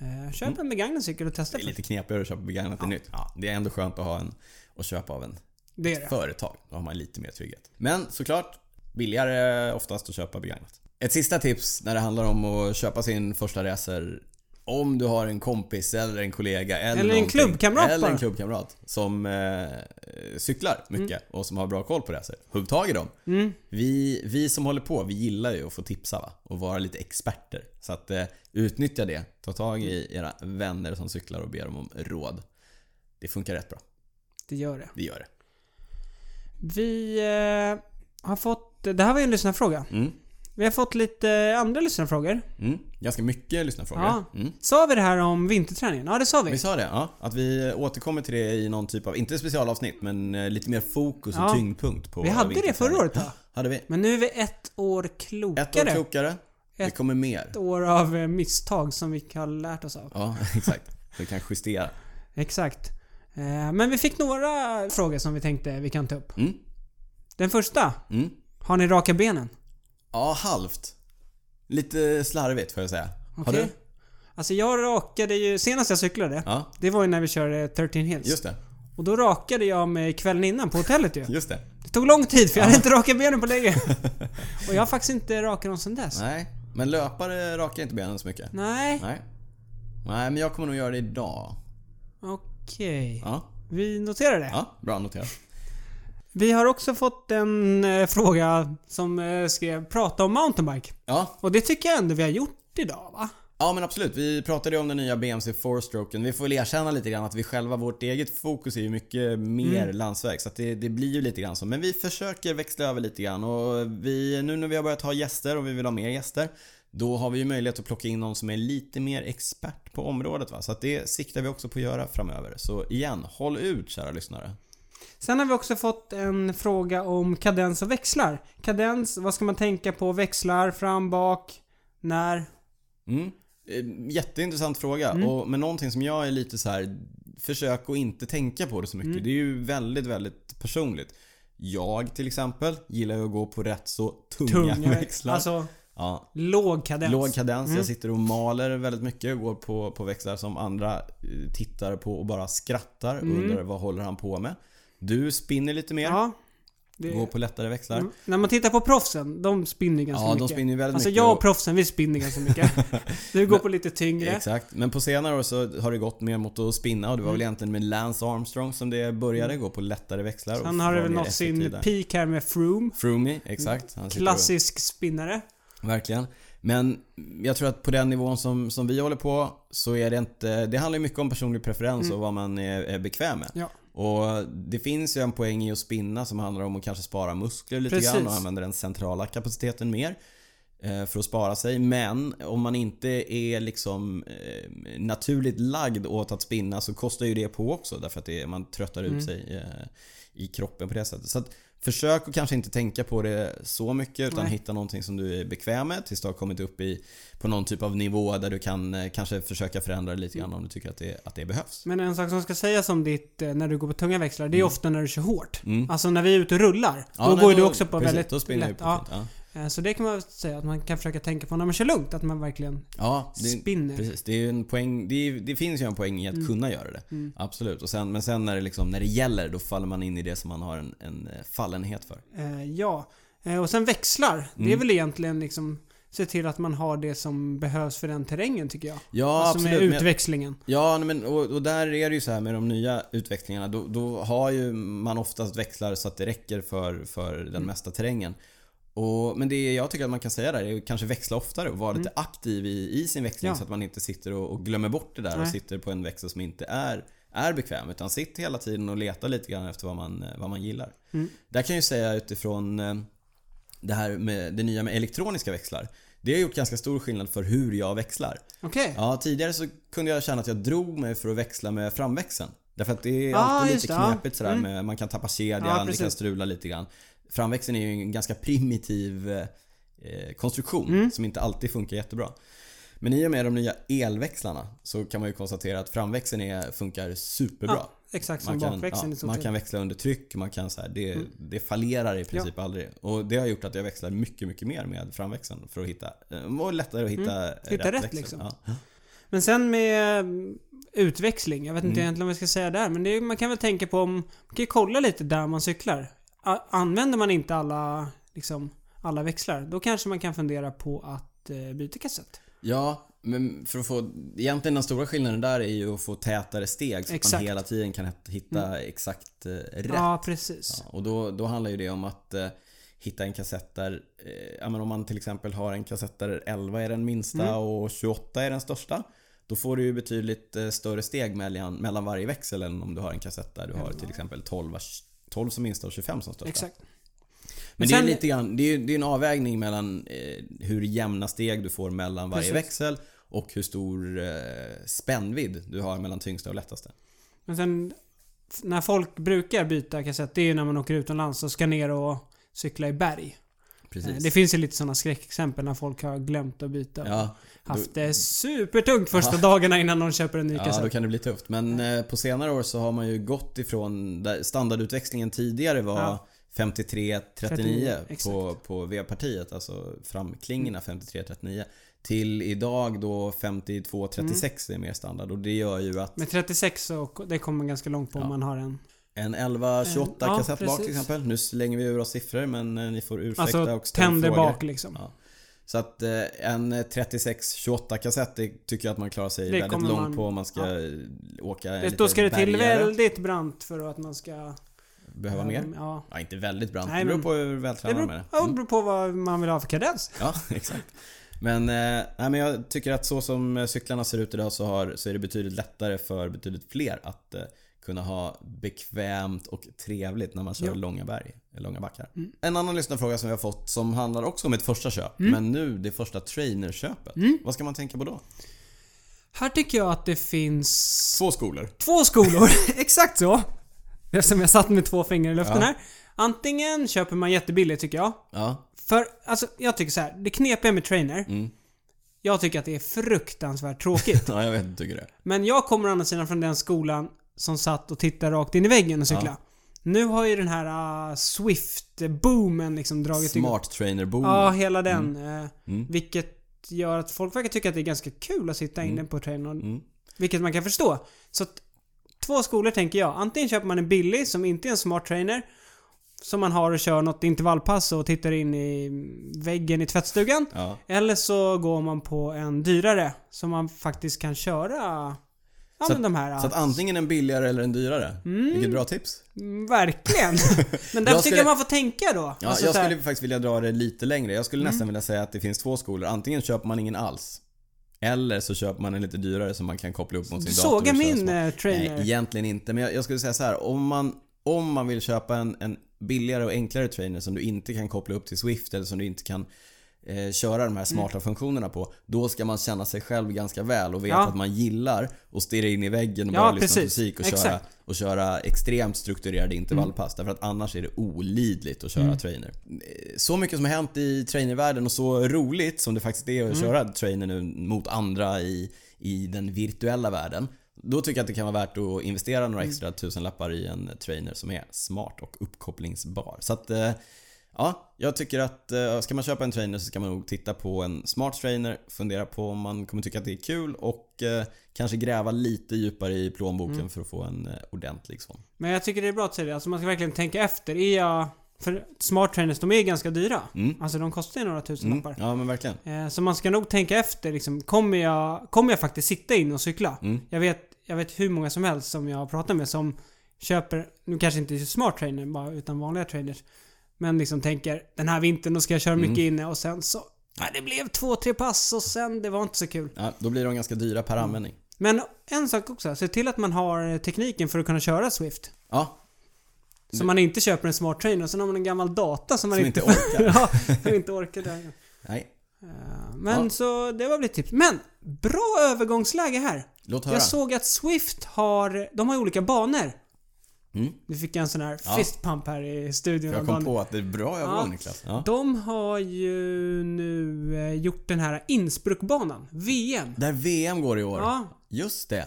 Speaker 1: Eh, köp en begagnad cykel och testa.
Speaker 2: Det är lite knepigare att köpa begagnat än nytt. Ja, det är ändå skönt att ha en och köpa av en
Speaker 1: det är det.
Speaker 2: företag. Då har man lite mer trygghet. Men såklart, billigare oftast att köpa begagnat. Ett sista tips när det handlar om att köpa sin första racer. Om du har en kompis eller en kollega eller,
Speaker 1: en
Speaker 2: någonting,
Speaker 1: klubbkamrat
Speaker 2: Eller en
Speaker 1: bara.
Speaker 2: klubbkamrat som eh, cyklar mycket
Speaker 1: Mm.
Speaker 2: och som har bra koll på racer. Hugg tag i dem. Vi, vi som håller på, vi gillar ju att få tipsa va? och vara lite experter. Så att eh, utnyttja det. Ta tag i era vänner som cyklar och be dem om råd. Det funkar rätt bra.
Speaker 1: Det gör det.
Speaker 2: Vi gör det.
Speaker 1: Vi eh, har fått... Det här var ju en lyssnarfråga.
Speaker 2: Mm.
Speaker 1: Vi har fått lite andra lyssnarfrågor.
Speaker 2: Mm. Ganska mycket lyssnarfrågor.
Speaker 1: Ja.
Speaker 2: Mm.
Speaker 1: Sa vi det här om vinterträningen? Ja, det sa vi.
Speaker 2: Vi sa det, ja. Att vi återkommer till det i någon typ av, inte specialavsnitt, men eh, lite mer fokus och
Speaker 1: Ja.
Speaker 2: tyngdpunkt på
Speaker 1: Vi hade det
Speaker 2: vinterträning.
Speaker 1: förra året, va?
Speaker 2: Hade vi.
Speaker 1: Men nu är vi ett år klokare.
Speaker 2: Ett år klokare. Det
Speaker 1: Ett-
Speaker 2: kommer mer.
Speaker 1: ett år av eh, misstag som vi har lärt oss av.
Speaker 2: Ja, exakt. Vi kan justera.
Speaker 1: Exakt. Eh, Men vi fick några frågor som vi tänkte vi kan ta upp.
Speaker 2: Mm.
Speaker 1: Den första.
Speaker 2: Mm.
Speaker 1: Har ni raka benen?
Speaker 2: Ja, halvt. Lite slarvigt får jag säga. Har
Speaker 1: Okej.
Speaker 2: du?
Speaker 1: Alltså jag rakade ju... Senast jag cyklade.
Speaker 2: Ja,
Speaker 1: Det var ju när vi körde 13 Hills.
Speaker 2: just det.
Speaker 1: Och då rakade jag mig kvällen innan på hotellet ju.
Speaker 2: Just det.
Speaker 1: Det tog lång tid för jag hade inte rakat benen på länge. Och jag har faktiskt inte rakat dem sedan dess.
Speaker 2: Nej, men löpare rakar inte benen så mycket.
Speaker 1: Nej.
Speaker 2: Nej. Nej, men jag kommer nog göra det idag.
Speaker 1: Okej.
Speaker 2: Ja,
Speaker 1: Vi noterar det.
Speaker 2: ja bra noterat.
Speaker 1: Vi har också fått en eh, fråga som eh, skrev “Prata om mountainbike”.
Speaker 2: Ja,
Speaker 1: Och det tycker jag ändå vi har gjort idag va?
Speaker 2: Ja men absolut, vi pratade ju om den nya BMC 4-stroken. Vi får väl erkänna lite grann att vi själva, vårt eget fokus är ju mycket mer landsväg. Så att det, det blir ju lite grann så. Men vi försöker växla över lite grann och vi, nu när vi har börjat ha gäster och vi vill ha mer gäster. Då har vi ju möjlighet att plocka in någon som är lite mer expert på området. Va? Så att det siktar vi också på att göra framöver. Så igen, håll ut kära lyssnare.
Speaker 1: Sen har vi också fått en fråga om kadens och växlar. Kadens, vad ska man tänka på? Växlar, fram, bak, när?
Speaker 2: Mm. Eh, Jätteintressant fråga.
Speaker 1: Mm.
Speaker 2: Och, men någonting som jag är lite så här försök att inte tänka på det så
Speaker 1: Mm.
Speaker 2: mycket. Det är ju väldigt, väldigt personligt. Jag till exempel gillar ju att gå på rätt så tunga, växlar.
Speaker 1: Alltså, Mm.
Speaker 2: ja,
Speaker 1: låg kadens.
Speaker 2: låg kadens. Jag sitter och maler väldigt mycket och går på, på växlar som andra eh, tittar på och bara skrattar och undrar vad håller han på med. Du spinner lite mer.
Speaker 1: Mm. Ja. Det,
Speaker 2: Går på lättare växlar.
Speaker 1: Mm. När man tittar på proffsen, de spinner ganska
Speaker 2: Ja, de
Speaker 1: mycket.
Speaker 2: spinner ju väldigt
Speaker 1: alltså
Speaker 2: mycket
Speaker 1: jag
Speaker 2: och-
Speaker 1: och proffsen, vi spinner ganska mycket. du går på lite tyngre.
Speaker 2: Exakt, men på senare år så har det gått mer mot att spinna och det var
Speaker 1: Mm.
Speaker 2: väl egentligen med Lance Armstrong som det började gå på lättare växlar. och
Speaker 1: Han har
Speaker 2: var
Speaker 1: väl
Speaker 2: mer
Speaker 1: nått sin
Speaker 2: effektiv där.
Speaker 1: peak här med Froome.
Speaker 2: Froomey, exakt. Han sitter och-
Speaker 1: Klassisk spinnare.
Speaker 2: Verkligen. Men jag tror att på den nivån som, som vi håller på så är det inte... Det handlar ju mycket om personlig preferens
Speaker 1: Mm.
Speaker 2: och vad man är, är bekväm med.
Speaker 1: Ja.
Speaker 2: Och det finns ju en poäng i att spinna som handlar om att kanske spara muskler lite
Speaker 1: Precis.
Speaker 2: grann och använda den centrala kapaciteten mer. eh, För att spara sig. Men om man inte är liksom eh, naturligt lagd åt att spinna så kostar ju det på också. Därför att det, är- man tröttar
Speaker 1: Mm.
Speaker 2: ut sig eh, i kroppen på det sättet. Så att försök att kanske inte tänka på det så mycket utan
Speaker 1: Nej.
Speaker 2: hitta någonting som du är bekväm med tills du har kommit upp i, på någon typ av nivå där du kan eh, kanske försöka förändra det lite
Speaker 1: Mm.
Speaker 2: grann om du tycker att det, att det behövs.
Speaker 1: Men en sak som ska sägas om ditt, eh, när du går på tunga växlar, det är ofta när du kör hårt.
Speaker 2: Mm.
Speaker 1: Alltså när vi är ute och rullar,
Speaker 2: Ja,
Speaker 1: då
Speaker 2: nej,
Speaker 1: går ju du också på
Speaker 2: precis,
Speaker 1: väldigt
Speaker 2: då spinner
Speaker 1: lätt.
Speaker 2: lätt.
Speaker 1: ja.
Speaker 2: På fint, ja.
Speaker 1: Eh, Så det kan man väl säga att man kan försöka tänka på när man kör lugnt, att man verkligen
Speaker 2: Ja, det,
Speaker 1: spinner. Mm.
Speaker 2: precis. Det, är ju en poäng, det, är, det finns ju en poäng i att kunna göra det. Absolut. Och sen, men sen när det, liksom, när det gäller då faller man in i det som man har en, en eh, fallenhet för.
Speaker 1: Eh, ja. Eh, Och sen växlar.
Speaker 2: Mm.
Speaker 1: Det är väl egentligen liksom se till att man har det som behövs för den terrängen tycker jag.
Speaker 2: Ja,
Speaker 1: alltså
Speaker 2: absolut. men
Speaker 1: med
Speaker 2: jag-
Speaker 1: utväxlingen.
Speaker 2: Ja, nej, men, och, och där är det ju så här med de nya utvecklingarna. Då, då har ju man oftast växlar så att det räcker för, för den
Speaker 1: Mm.
Speaker 2: mesta terrängen. Och, men det jag tycker att man kan säga där är att kanske växla oftare och vara lite aktiv i, i sin växling
Speaker 1: Mm. Ja.
Speaker 2: så att man inte sitter och, och glömmer bort det där och
Speaker 1: Nej.
Speaker 2: sitter på en växel som inte är, är bekväm. Utan sitt hela tiden och leta lite grann efter vad man, eh, vad man gillar.
Speaker 1: Mm.
Speaker 2: Där kan jag ju säga utifrån eh, det här med det nya med elektroniska växlar. Det har gjort ganska stor skillnad för hur jag växlar.
Speaker 1: Okej.
Speaker 2: Ja, tidigare så kunde jag känna att jag drog mig för att växla med framväxeln. Därför att det är
Speaker 1: Ah,
Speaker 2: alltid
Speaker 1: just
Speaker 2: lite
Speaker 1: det, ja. Mm.
Speaker 2: knepigt sådär med, man kan tappa kedjan,
Speaker 1: Ja,
Speaker 2: det
Speaker 1: precis.
Speaker 2: kan strula lite grann. Framväxeln är ju en ganska primitiv eh, eh, konstruktion
Speaker 1: Mm.
Speaker 2: som inte alltid funkar jättebra. Men i och med de nya elväxlarna så kan man ju konstatera att framväxeln är, funkar superbra.
Speaker 1: Ja, exakt som
Speaker 2: Man kan,
Speaker 1: bakväxeln i
Speaker 2: ja,
Speaker 1: Mm. stort
Speaker 2: man
Speaker 1: sett.
Speaker 2: kan växla under tryck, man kan så här, det, det fallerar i princip aldrig. Och det har gjort att jag växlar mycket, mycket mer med framväxeln för att hitta, det var lättare att hitta
Speaker 1: Hitta rätt
Speaker 2: växel.
Speaker 1: liksom.
Speaker 2: Ja.
Speaker 1: Men sen med mm, utväxling, jag vet
Speaker 2: Mm.
Speaker 1: inte egentligen vad jag ska säga där, men det är, man kan väl tänka på om... Man kan ju kolla lite där man cyklar. A- använder man inte alla, liksom, alla växlar, då kanske man kan fundera på att eh, byta kassett.
Speaker 2: Ja, men för att få... Egentligen den stora skillnaden där är ju att få tätare steg så att man
Speaker 1: Exakt.
Speaker 2: hela tiden kan het- hitta exakt eh, rätt. Ja.
Speaker 1: Ja, precis.
Speaker 2: Och då, då handlar ju det om att eh, hitta en kassett där... Eh, ja, men om man till exempel har en kassett där 11 är den minsta och 28 är den största. Då får du ju betydligt eh, större steg mellan, mellan varje växel än om du har en kassett där du har till exempel 12, 12 som minsta och 25 som största.
Speaker 1: Exakt. Men
Speaker 2: Men det är
Speaker 1: sen-
Speaker 2: lite grann, det är, det är en avvägning mellan eh, hur jämna steg du får mellan varje
Speaker 1: Precis.
Speaker 2: växel och hur stor eh, spännvidd du har mellan tyngsta och lättaste.
Speaker 1: Men sen f- när folk brukar byta kassett, det är ju när man åker utomlands och ska ner och cykla i berg. Eh, Det finns ju lite sådana skräckexempel när folk har glömt att byta. och
Speaker 2: Ja,
Speaker 1: Haft det supertungt första dagarna innan de köper en ny
Speaker 2: ja,
Speaker 1: kassett.
Speaker 2: då kan det bli tufft. Men eh, på senare år så har man ju gått ifrån där standardutväxlingen tidigare var
Speaker 1: Ja.
Speaker 2: 53-39
Speaker 1: exakt. Mm.
Speaker 2: på, på V-partiet, alltså framklingorna 53-39. Till idag då 52-36
Speaker 1: Mm.
Speaker 2: är mer standard och det gör ju att
Speaker 1: Med 36 så k- det kommer man ganska långt på om man har en.
Speaker 2: En 11-28
Speaker 1: Eh, Ja,
Speaker 2: kassett bak till
Speaker 1: precis.
Speaker 2: exempel. Nu slänger vi ur oss siffror men eh, ni får ursäkta
Speaker 1: Alltså
Speaker 2: och ställa
Speaker 1: tänder
Speaker 2: frågor.
Speaker 1: bak liksom.
Speaker 2: Ja. Så att eh, en 36-28 kassett det tycker jag att man klarar sig
Speaker 1: Det
Speaker 2: väldigt
Speaker 1: kommer
Speaker 2: långt
Speaker 1: man-
Speaker 2: på om man ska eh, åka
Speaker 1: Det,
Speaker 2: lite
Speaker 1: då ska det till
Speaker 2: bergigare.
Speaker 1: väldigt brant för att man ska...
Speaker 2: Behöva mer?
Speaker 1: Ja.
Speaker 2: Ja, inte väldigt brant.
Speaker 1: Nej,
Speaker 2: det beror
Speaker 1: men-
Speaker 2: på hur
Speaker 1: Det
Speaker 2: vältränad man
Speaker 1: beror,
Speaker 2: är.
Speaker 1: ja, det beror på vad man vill ha för kadens.
Speaker 2: Ja, exakt. Men, eh, nej, men jag tycker att så som eh, cyklarna ser ut idag så, har, så är det betydligt lättare för betydligt fler att eh, kunna ha bekvämt och trevligt när man kör
Speaker 1: Ja. Mm.
Speaker 2: långa berg, eh, långa backar. En annan lyssnarfråga som vi har fått som handlar också om ett första köp, men nu det första trainerköpet.
Speaker 1: Mm.
Speaker 2: Vad ska man tänka på då?
Speaker 1: Här tycker jag att det finns
Speaker 2: Två skolor.
Speaker 1: två skolor. Exakt så. Eftersom jag satt med två fingrar i luften
Speaker 2: Ja.
Speaker 1: här. Antingen köper man jättebilligt tycker jag.
Speaker 2: Ja,
Speaker 1: För, alltså jag tycker så här. Det knepiga med trainer.
Speaker 2: Mm.
Speaker 1: Jag tycker att det är fruktansvärt tråkigt.
Speaker 2: ja jag vet inte tycker det.
Speaker 1: Men jag kommer å andra sidan från den skolan som satt och tittade rakt in i väggen och cykla. Nu har ju den här ah, Swift-boomen liksom dragit igång.
Speaker 2: Smart trainer boom.
Speaker 1: Ja, hela den. eh, Vilket gör att folk verkar tycka att det är ganska kul att sitta inne på trailern. Vilket man kan förstå. Så att, två skolor tänker jag. Antingen köper man en billig som inte är en smart trainer. Som man har och kör något intervallpass och tittar in i mm, väggen i tvättstugan.
Speaker 2: Ja.
Speaker 1: Eller så går man på en dyrare som man faktiskt kan köra... Ja
Speaker 2: Så
Speaker 1: men de här...
Speaker 2: Så att antingen en billigare eller en dyrare. Vilket bra tips.
Speaker 1: mm, verkligen! men
Speaker 2: Jag
Speaker 1: därför
Speaker 2: skulle-
Speaker 1: tycker jag man får tänka då.
Speaker 2: Ja,
Speaker 1: Alltså
Speaker 2: jag
Speaker 1: så här- Mm.
Speaker 2: skulle faktiskt vilja dra det lite längre. Jag skulle nästan vilja säga att det finns två skolor. Antingen köper man ingen alls. Eller så köper man en lite dyrare som man kan koppla upp mot
Speaker 1: Du
Speaker 2: sin dator. och
Speaker 1: sågar
Speaker 2: köra
Speaker 1: min
Speaker 2: små-
Speaker 1: eh, trainer.
Speaker 2: Nej, egentligen inte. Men jag, jag skulle säga så här. Om man, om man vill köpa en, en billigare och enklare trainer som du inte kan koppla upp till Swift eller som du inte kan eh, köra
Speaker 1: Mm.
Speaker 2: de här smarta funktionerna på. Då ska man känna sig själv ganska väl och veta
Speaker 1: Ja.
Speaker 2: att man gillar att stirra in i väggen och
Speaker 1: Ja,
Speaker 2: bara lyssna på
Speaker 1: precis.
Speaker 2: musik och köra,
Speaker 1: Exakt.
Speaker 2: och köra extremt strukturerade intervallpass. Därför att annars är det olidligt att köra trainer. Eh, Så mycket som har hänt i trainervärlden och så roligt som det faktiskt är att köra trainer nu mot andra i, i den virtuella världen. Då tycker jag att det kan vara värt att investera några extra tusenlappar i en trainer som är smart och uppkopplingsbar. Så att eh, Ja, jag tycker att eh, ska man köpa en trainer så ska man nog titta på en smart trainer, fundera på om man kommer tycka att det är kul och eh, kanske gräva lite djupare i
Speaker 1: Mm.
Speaker 2: plånboken för att få en eh, ordentlig sån.
Speaker 1: Men jag tycker det är bra att säga det. Alltså man ska verkligen tänka efter. Är jag... För smart trainers, de är ganska dyra.
Speaker 2: Mm.
Speaker 1: Alltså de kostar ju några
Speaker 2: Mm.
Speaker 1: tusenlappar.
Speaker 2: Ja men verkligen.
Speaker 1: Eh, Så man ska nog tänka efter liksom, kommer jag, kommer jag faktiskt sitta in och cykla?
Speaker 2: Mm.
Speaker 1: Jag, vet, jag vet hur många som helst som jag har pratat med som köper, nu kanske inte smart trainer bara, utan vanliga trainers. Men liksom tänker, den här vintern då ska jag köra mycket inne och sen så, ja, det blev två, tre pass och sen det var inte så kul.
Speaker 2: Ja, då blir de ganska dyra
Speaker 1: Mm.
Speaker 2: per användning.
Speaker 1: Men en sak också, se till att man har tekniken för att kunna köra Swift.
Speaker 2: Ja,
Speaker 1: Så man inte köper en smart trainer och sen har man en gammal data som man
Speaker 2: Som
Speaker 1: inte
Speaker 2: inte orkar.
Speaker 1: ja, som inte orkar där.
Speaker 2: nej.
Speaker 1: Eh, Men
Speaker 2: Ja.
Speaker 1: så det var väl ett tips. Men bra övergångsläge här.
Speaker 2: Låt höra.
Speaker 1: Jag såg att Swift har, de har ju olika banor.
Speaker 2: Mm.
Speaker 1: Nu fick jag en sån här
Speaker 2: Ja.
Speaker 1: fist pump här i studion. av
Speaker 2: Jag kom
Speaker 1: banor.
Speaker 2: på att det är bra övergång Niklas. Ja.
Speaker 1: De har ju nu eh, gjort den här Innsbruckbanan, VM.
Speaker 2: Där VM går i år.
Speaker 1: Ja.
Speaker 2: Just det.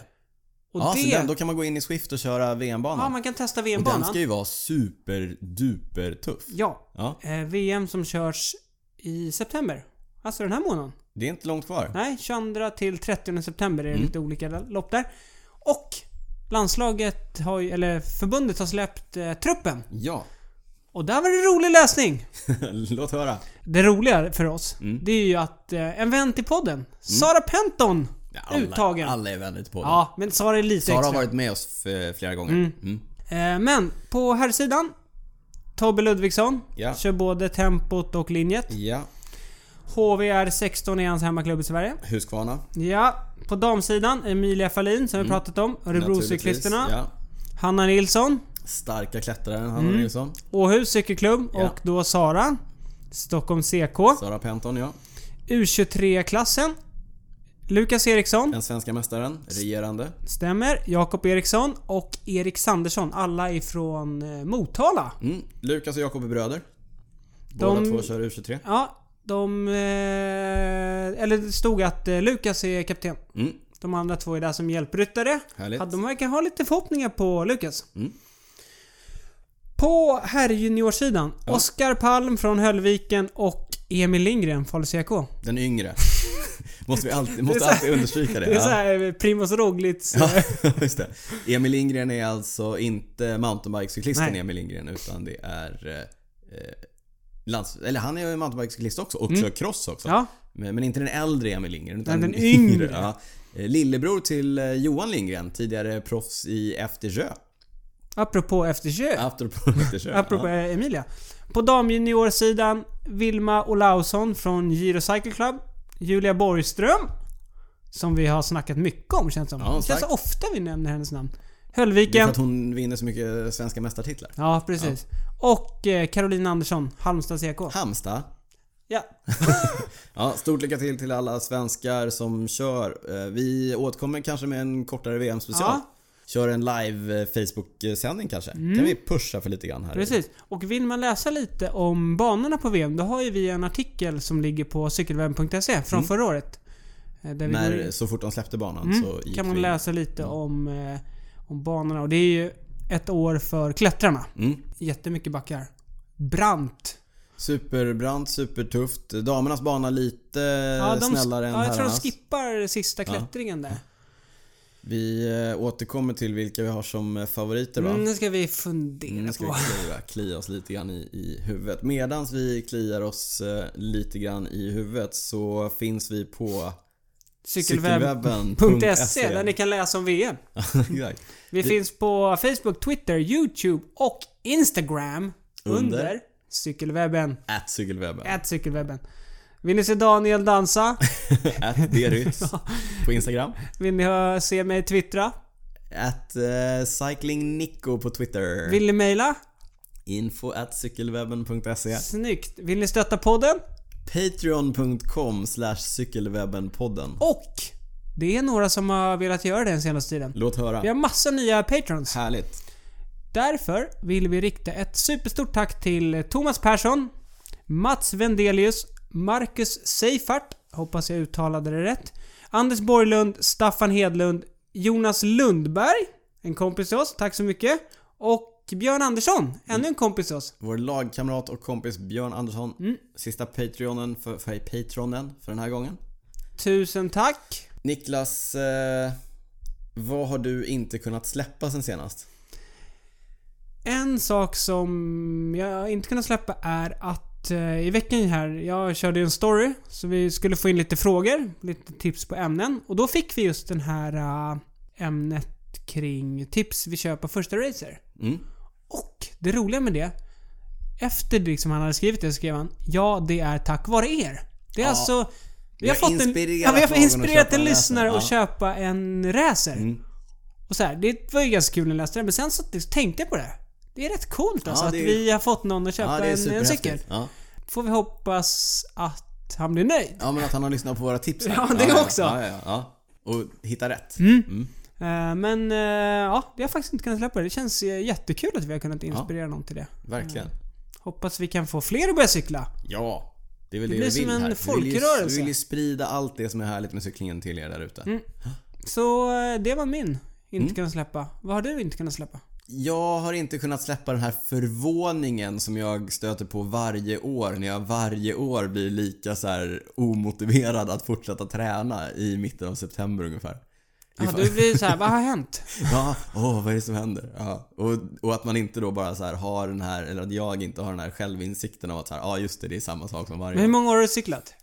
Speaker 1: Och
Speaker 2: ja,
Speaker 1: det...
Speaker 2: så den, då kan man gå in i Swift och köra VM-banan.
Speaker 1: ja, man kan testa
Speaker 2: och den
Speaker 1: VM-banan.
Speaker 2: ska ju vara superduper tuff.
Speaker 1: Ja.
Speaker 2: Ja,
Speaker 1: Eh, VM som körs i september. Alltså den här månaden.
Speaker 2: det är inte långt kvar.
Speaker 1: Nej, 22 till 30 september är
Speaker 2: Mm.
Speaker 1: det lite olika lopp där. Och landslaget har ju, eller förbundet har släppt eh, truppen.
Speaker 2: Ja,
Speaker 1: Och där var det rolig läsning.
Speaker 2: låt höra.
Speaker 1: Det roliga för oss,
Speaker 2: Mm.
Speaker 1: det är ju att eh, en vän till podden, Sara Penton,
Speaker 2: Ja,
Speaker 1: uttagen.
Speaker 2: alla är väldigt på det.
Speaker 1: Ja, men Sara är lite
Speaker 2: Sara har
Speaker 1: extra.
Speaker 2: varit med oss f- flera gånger. Mm.
Speaker 1: Eh, men på här sidan Tobbe Ludvigsson
Speaker 2: Ja.
Speaker 1: kör både tempot och linjet.
Speaker 2: Ja,
Speaker 1: HVR 16 är hans hemmaklubb i Sverige.
Speaker 2: Huskvarna.
Speaker 1: Ja, på damsidan Emilia Fahlin som vi pratat om. Örebrocyklisterna.
Speaker 2: Mm. naturligtvis. Ja.
Speaker 1: Hanna Nilsson.
Speaker 2: Starka klättraren
Speaker 1: Mm.
Speaker 2: Hanna Nilsson.
Speaker 1: Åhus cykelklubb
Speaker 2: Ja.
Speaker 1: och då Sara. Stockholm CK.
Speaker 2: Sara Penton ja.
Speaker 1: U23-klassen. Lukas Eriksson.
Speaker 2: Den svenska mästaren. Regerande.
Speaker 1: Stämmer. Jakob Eriksson och Erik Sandersson. Alla ifrån eh, Motala.
Speaker 2: Mm. Lukas och Jakob är bröder. Båda
Speaker 1: De-
Speaker 2: två kör U23.
Speaker 1: Ja, de... Eh, eller det stod att eh, Lukas är kapten.
Speaker 2: Mm.
Speaker 1: De andra två är där som hjälpryttare.
Speaker 2: Härligt.
Speaker 1: Ja, de verkar ha lite förhoppningar på Lukas.
Speaker 2: Mm.
Speaker 1: På herrjuniorsidan, Oskar Palm från Höllviken och Emil Lindgren, Falu CK.
Speaker 2: Den yngre. måste vi alltid, måste alltid understryka
Speaker 1: Det
Speaker 2: det.
Speaker 1: är eh,
Speaker 2: Ja.
Speaker 1: såhär Primus Roglitz.
Speaker 2: Ja, just det. Emil Lindgren är alltså inte mountainbikecyklisten
Speaker 1: Nej.
Speaker 2: Emil Lindgren utan det är... eh, Eh, lands, eller han är ju mountainbikecyklist också
Speaker 1: Mm.
Speaker 2: och kör cross också.
Speaker 1: Ja.
Speaker 2: Men, men inte den äldre Emil Lindgren utan
Speaker 1: Nej, den yngre.
Speaker 2: Ja. Eh, Lillebror till eh, Johan Lindgren, tidigare proffs i Eftersjö.
Speaker 1: Apropå efterkö.
Speaker 2: Apropå Eftersjö.
Speaker 1: Apropå eh, Emilia. På damjuniorsidan, Vilma Olausson från Giro Cycle Club. Julia Borgström. Som vi har snackat mycket om känns som.
Speaker 2: Ja,
Speaker 1: det känns
Speaker 2: starkt.
Speaker 1: ofta vi nämner hennes namn.
Speaker 2: Det är för
Speaker 1: Höllviken.
Speaker 2: att hon vinner så mycket svenska mästartitlar.
Speaker 1: Ja, precis. Och eh, Caroline Andersson, Halmstad CK.
Speaker 2: Halmstad.
Speaker 1: Ja.
Speaker 2: Ja, stort lycka till till alla svenskar som kör. Eh, Vi återkommer kanske med en kortare VM-special.
Speaker 1: Ja. Mm.
Speaker 2: Kör en live eh, Facebook-sändning kanske. kan vi pusha för lite grann här.
Speaker 1: Precis. Och vill man läsa lite om banorna på VM, då har ju vi en artikel som ligger på cykelwebben.se från förra året. Eh, Där vi går
Speaker 2: Mm. När,
Speaker 1: in- Mm.
Speaker 2: så fort de släppte banan så gick
Speaker 1: kan
Speaker 2: vi
Speaker 1: man
Speaker 2: in. Mm.
Speaker 1: läsa lite om, eh, om banorna. Och det är ju ett år för klättrarna.
Speaker 2: Mm. Eh,
Speaker 1: Jättemycket backar. Brant.
Speaker 2: Superbrant, supertufft. Damernas bana lite snällare än
Speaker 1: ja, jag tror de
Speaker 2: herrarnas.
Speaker 1: skippar sista klättringen där.
Speaker 2: Vi eh, återkommer till vilka vi har som eh, favoriter va?
Speaker 1: Mm, nu ska vi fundera
Speaker 2: Mm, Nu ska vi
Speaker 1: på.
Speaker 2: kliva, klia oss lite grann i, i huvudet. Medan vi kliar oss eh, lite grann i huvudet så finns vi på
Speaker 1: Cykelwebben.se E, där ni kan läsa om VM.
Speaker 2: E. Exakt.
Speaker 1: Vi finns på Facebook, Twitter, YouTube och Instagram under,
Speaker 2: Under?
Speaker 1: cykelwebben.
Speaker 2: At cykelwebben.
Speaker 1: Ät cykelwebben. Vill ni se Daniel dansa?
Speaker 2: At Derys. På Instagram.
Speaker 1: Vill ni hö- se mig twittra?
Speaker 2: At eh, cyclingnico på Twitter.
Speaker 1: Vill ni mejla?
Speaker 2: Info at cykelwebben.se.
Speaker 1: Snyggt. Vill ni stötta podden?
Speaker 2: Patreon.com slash cykelwebbenpodden.
Speaker 1: Och det är några som har velat göra det den senaste tiden.
Speaker 2: Låt höra.
Speaker 1: Vi har massa nya patrons.
Speaker 2: Härligt.
Speaker 1: Därför vill vi rikta ett superstort tack till Thomas Persson, Mats Vendelius, Marcus Seifert, hoppas jag uttalade det rätt, Anders Borglund, Staffan Hedlund, Jonas Lundberg, en kompis till oss, tack så mycket, och Björn Andersson, ännu en kompis till oss.
Speaker 2: Vår lagkamrat och kompis Björn Andersson.
Speaker 1: Mm.
Speaker 2: Sista Patreonen för, för, Patronen för den här gången.
Speaker 1: Tusen tack!
Speaker 2: Niklas, eh, vad har du inte kunnat släppa sen senast?
Speaker 1: En sak som jag inte kunnat släppa är att eh, i veckan här, jag körde ju en story, så vi skulle få in lite frågor, lite tips på ämnen. Och då fick vi just den här eh, ämnet kring tips vi kör på första racer.
Speaker 2: Mm.
Speaker 1: Och det roliga med det, efter liksom han hade skrivit det så skrev han Ja, det är tack vare er. Det är
Speaker 2: Ja.
Speaker 1: alltså... Vi
Speaker 2: Vi
Speaker 1: har,
Speaker 2: har
Speaker 1: fått en,
Speaker 2: inspirerat
Speaker 1: ja, vi har
Speaker 2: någon att
Speaker 1: inspirerat
Speaker 2: köpa
Speaker 1: en
Speaker 2: en
Speaker 1: lyssnare
Speaker 2: racer. Mm.
Speaker 1: att köpa en racer. Och så här, det var ju ganska kul när jag läste det, men sen så liksom tänkte jag på det. Det är rätt coolt alltså
Speaker 2: Ja,
Speaker 1: att
Speaker 2: det är-
Speaker 1: vi har fått någon att
Speaker 2: Ja,
Speaker 1: köpa
Speaker 2: det är
Speaker 1: en, en cykel.
Speaker 2: superhäftigt. Ja.
Speaker 1: Får vi hoppas att han blir nöjd.
Speaker 2: ja, men att han har lyssnat på våra tips. här.
Speaker 1: Ja, det
Speaker 2: ja,
Speaker 1: också. Mm.
Speaker 2: Ja, ja, ja. Och hitta rätt.
Speaker 1: Eh, Men eh, ja, det har jag faktiskt inte kunnat släppa det. Det känns eh, jättekul att vi har kunnat inspirera någon till det.
Speaker 2: Verkligen.
Speaker 1: Hoppas vi kan få fler att börja cykla.
Speaker 2: Ja. Det är väl
Speaker 1: Det
Speaker 2: det,
Speaker 1: blir
Speaker 2: vi vill
Speaker 1: som en
Speaker 2: här. Vi vill,
Speaker 1: folkrörelse. Mm.
Speaker 2: ju, vi vill ju sprida allt det som är härligt med cyklingen till er där ute.
Speaker 1: Så eh, det var min. Inte
Speaker 2: Mm.
Speaker 1: kunnat släppa. Vad har du inte kunnat släppa?
Speaker 2: Jag har inte kunnat släppa den här förvåningen som jag stöter på varje år när jag varje år blir lika så här omotiverad att fortsätta träna i mitten av september ungefär.
Speaker 1: Ja, du blir såhär, vad har hänt?
Speaker 2: Ja, åh vad är det som händer? Ja. Och, och att man inte då bara så här har den här, eller att jag inte har den här självinsikten av att så här, ja ah, just det, det är samma sak som
Speaker 1: Men
Speaker 2: varje
Speaker 1: hur
Speaker 2: år.
Speaker 1: många år har du cyklat?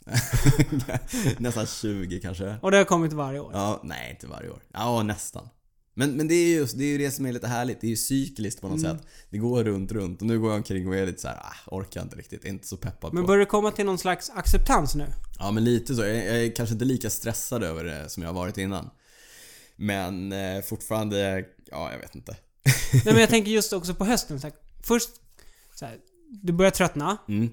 Speaker 2: Nästan 20 kanske.
Speaker 1: Och det har kommit varje år.
Speaker 2: Ja, nej inte varje år. Ja, nästan. Men, men det är ju just, det är ju det som är lite härligt. Det är ju cykliskt på något
Speaker 1: Mm.
Speaker 2: sätt. Det går runt, runt och nu går jag omkring och är lite så här, ah, orkar inte riktigt, är inte så peppad
Speaker 1: Men
Speaker 2: på.
Speaker 1: börjar du komma till någon slags acceptans nu?
Speaker 2: Ja, men lite så. Jag, är- jag är kanske inte lika stressad över det som jag har varit innan. Men eh, fortfarande, ja jag vet inte.
Speaker 1: Nej men jag tänker just också på hösten. Så här, först så här, du börjar tröttna.
Speaker 2: Mm.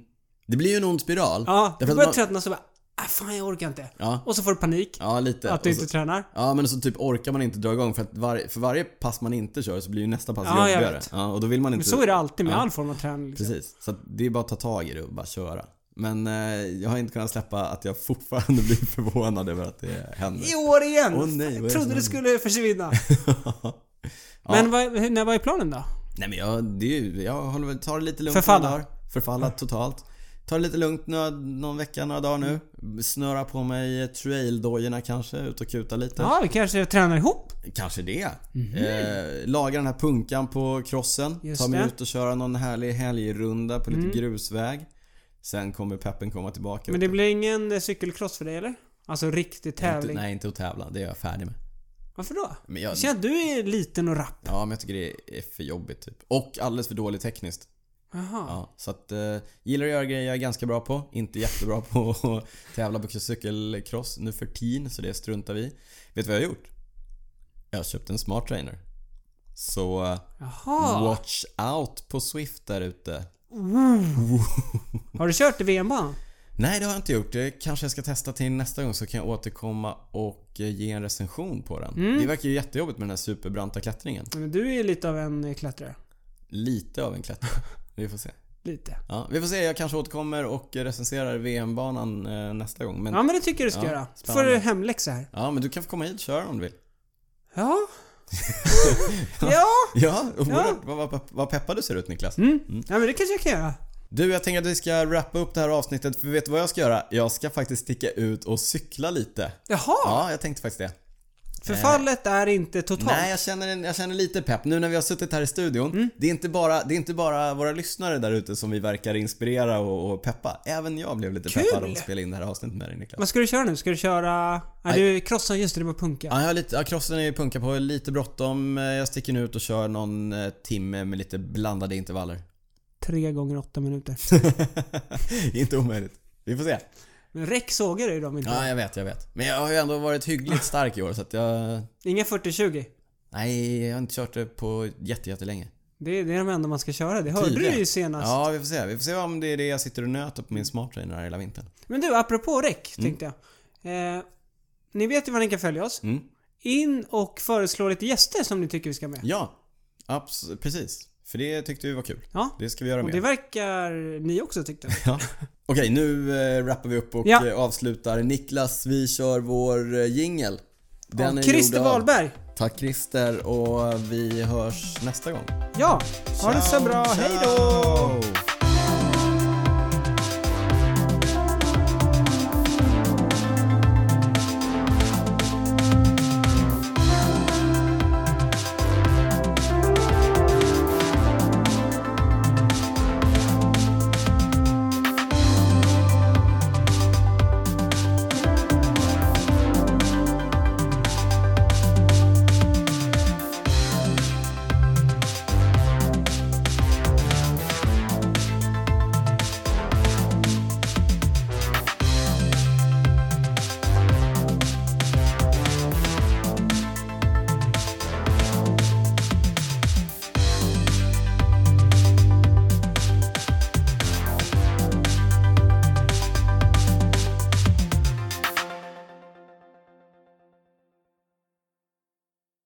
Speaker 2: Det blir ju en ond spiral.
Speaker 1: Ja, du
Speaker 2: Därför att
Speaker 1: börjar
Speaker 2: man-
Speaker 1: tröttna så bara ah, fan jag orkar inte.
Speaker 2: Ja.
Speaker 1: Och så får du panik
Speaker 2: Ja, lite.
Speaker 1: att du
Speaker 2: Och så-
Speaker 1: inte tränar.
Speaker 2: Ja men så typ orkar man inte dra igång för att var, för varje pass man inte kör så blir ju nästa pass
Speaker 1: Ja, jag
Speaker 2: jobbigare.
Speaker 1: vet.
Speaker 2: Ja, och då vill man
Speaker 1: Men
Speaker 2: inte...
Speaker 1: så är det alltid med
Speaker 2: Ja.
Speaker 1: all form av träning. Liksom.
Speaker 2: Precis. Så att det är bara att ta tag i det och bara köra. Men eh, jag har inte kunnat släppa att jag fortfarande blir förvånad över att det händer.
Speaker 1: I år igen!
Speaker 2: Åh, nej, vad är det
Speaker 1: jag trodde
Speaker 2: som
Speaker 1: det skulle försvinna. Men vad, hur, när, vad är planen då?
Speaker 2: Nej men jag, det är ju, jag håller väl, tar det lite lugnt
Speaker 1: Förfalla.
Speaker 2: några dagar. Förfalla totalt. Tar det lite lugnt några, någon vecka, några dagar nu. Snöra på mig traildojorna kanske, ut och kuta lite.
Speaker 1: Ja, vi kanske tränar ihop?
Speaker 2: Kanske det. Eh, laga den här punkan på crossen.
Speaker 1: Just
Speaker 2: ta mig
Speaker 1: det. Mm.
Speaker 2: ut och köra någon härlig helgrunda på lite grusväg. Sen kommer peppen komma tillbaka.
Speaker 1: Men det blir ingen eh, cykelcross för dig eller? Alltså riktig
Speaker 2: Inte,
Speaker 1: tävling?
Speaker 2: nej, inte att tävla. Det är jag färdig med.
Speaker 1: Varför då?
Speaker 2: Men
Speaker 1: Jag
Speaker 2: jag,
Speaker 1: känner att du är liten och rapp.
Speaker 2: ja, men jag tycker det är för jobbigt typ. Och alldeles för dåligt tekniskt.
Speaker 1: Jaha.
Speaker 2: Ja, så att, eh, gillar att göra grejer jag är ganska bra på. Inte jättebra på att tävla på cykelcross nu för tiden, så det struntar vi i. Vet du vad jag har gjort? Jag har köpt en smart trainer. Så eh,
Speaker 1: Jaha.
Speaker 2: watch out på Swift där ute.
Speaker 1: Har du kört i VM-banan?
Speaker 2: Nej, det har jag inte gjort. Det kanske jag ska testa till nästa gång så kan jag återkomma och eh, ge en recension på den. Det verkar ju jättejobbigt med den här superbranta klättringen.
Speaker 1: Men du är ju lite av en eh, klättrare.
Speaker 2: Lite av en klättrare. Vi får se.
Speaker 1: Lite.
Speaker 2: Ja, vi får se. Jag kanske återkommer och recenserar VM-banan eh, nästa gång. Men,
Speaker 1: Ja
Speaker 2: ja.
Speaker 1: men det tycker jag du ska
Speaker 2: Ja,
Speaker 1: göra. Så får
Speaker 2: spännande.
Speaker 1: du hemläxa här.
Speaker 2: men du kan få komma hit och köra om du vill.
Speaker 1: Ja. ja.
Speaker 2: Ja, oerhört. Vad, vad, vad peppad du ser ut Niklas.
Speaker 1: Mm. Ja men det kanske jag kan göra.
Speaker 2: Du, jag tänker att vi ska wrappa upp det här avsnittet. För vet du vad jag ska göra? Jag ska faktiskt sticka ut och cykla lite.
Speaker 1: Jaha.
Speaker 2: Ja, jag tänkte faktiskt det.
Speaker 1: Förfallet är inte totalt.
Speaker 2: Nej, jag känner, en- jag känner lite pepp nu när vi har suttit här i studion. Det, är inte bara, det är inte bara våra lyssnare där ute som vi verkar inspirera och, och peppa. Även jag blev lite
Speaker 1: Kul!
Speaker 2: peppad av att spela in det här avsnittet med dig Niklas.
Speaker 1: Vad ska du köra nu? Ska du köra... Nej, du krossar just det, det var punka.
Speaker 2: Ja, jag har lite, ja, crossen är ju punka på, lite bråttom. Eh, Jag sticker nu ut och kör någon eh, timme med lite blandade intervaller.
Speaker 1: Tre gånger åtta minuter.
Speaker 2: inte omöjligt. Vi får se.
Speaker 1: Men räck sågar ju dem inte.
Speaker 2: Ja, jag vet, jag vet. Men jag har ju ändå varit hyggligt stark i år så att jag...
Speaker 1: Inga 40-20.
Speaker 2: Nej, jag har inte kört det på jätte, jättelänge.
Speaker 1: Det är, det är de enda man ska köra. Det hörde
Speaker 2: Tydligen.
Speaker 1: du ju senast.
Speaker 2: Ja, vi får se. Vi får se om det är det jag sitter och nöter på min smart trainer här hela vintern.
Speaker 1: Men du, apropå räck
Speaker 2: Mm.
Speaker 1: tänkte jag. Eh, ni vet ju var ni kan följa oss.
Speaker 2: Mm.
Speaker 1: In och föreslå lite gäster som ni tycker vi ska med.
Speaker 2: Ja, abs- precis. För det tyckte vi var kul.
Speaker 1: Ja.
Speaker 2: Det ska vi göra
Speaker 1: Och det
Speaker 2: mer.
Speaker 1: verkar ni också tyckte.
Speaker 2: Ja. Okej, nu eh, rappar vi upp och
Speaker 1: Ja.
Speaker 2: eh, avslutar. Niklas, vi kör vår eh, jingel. Den
Speaker 1: Av
Speaker 2: är
Speaker 1: Christer
Speaker 2: gjord av-
Speaker 1: Wahlberg.
Speaker 2: Tack Christer och vi hörs nästa gång.
Speaker 1: Ja, ha det så
Speaker 2: Ciao,
Speaker 1: bra. Hej då!
Speaker 2: ciao.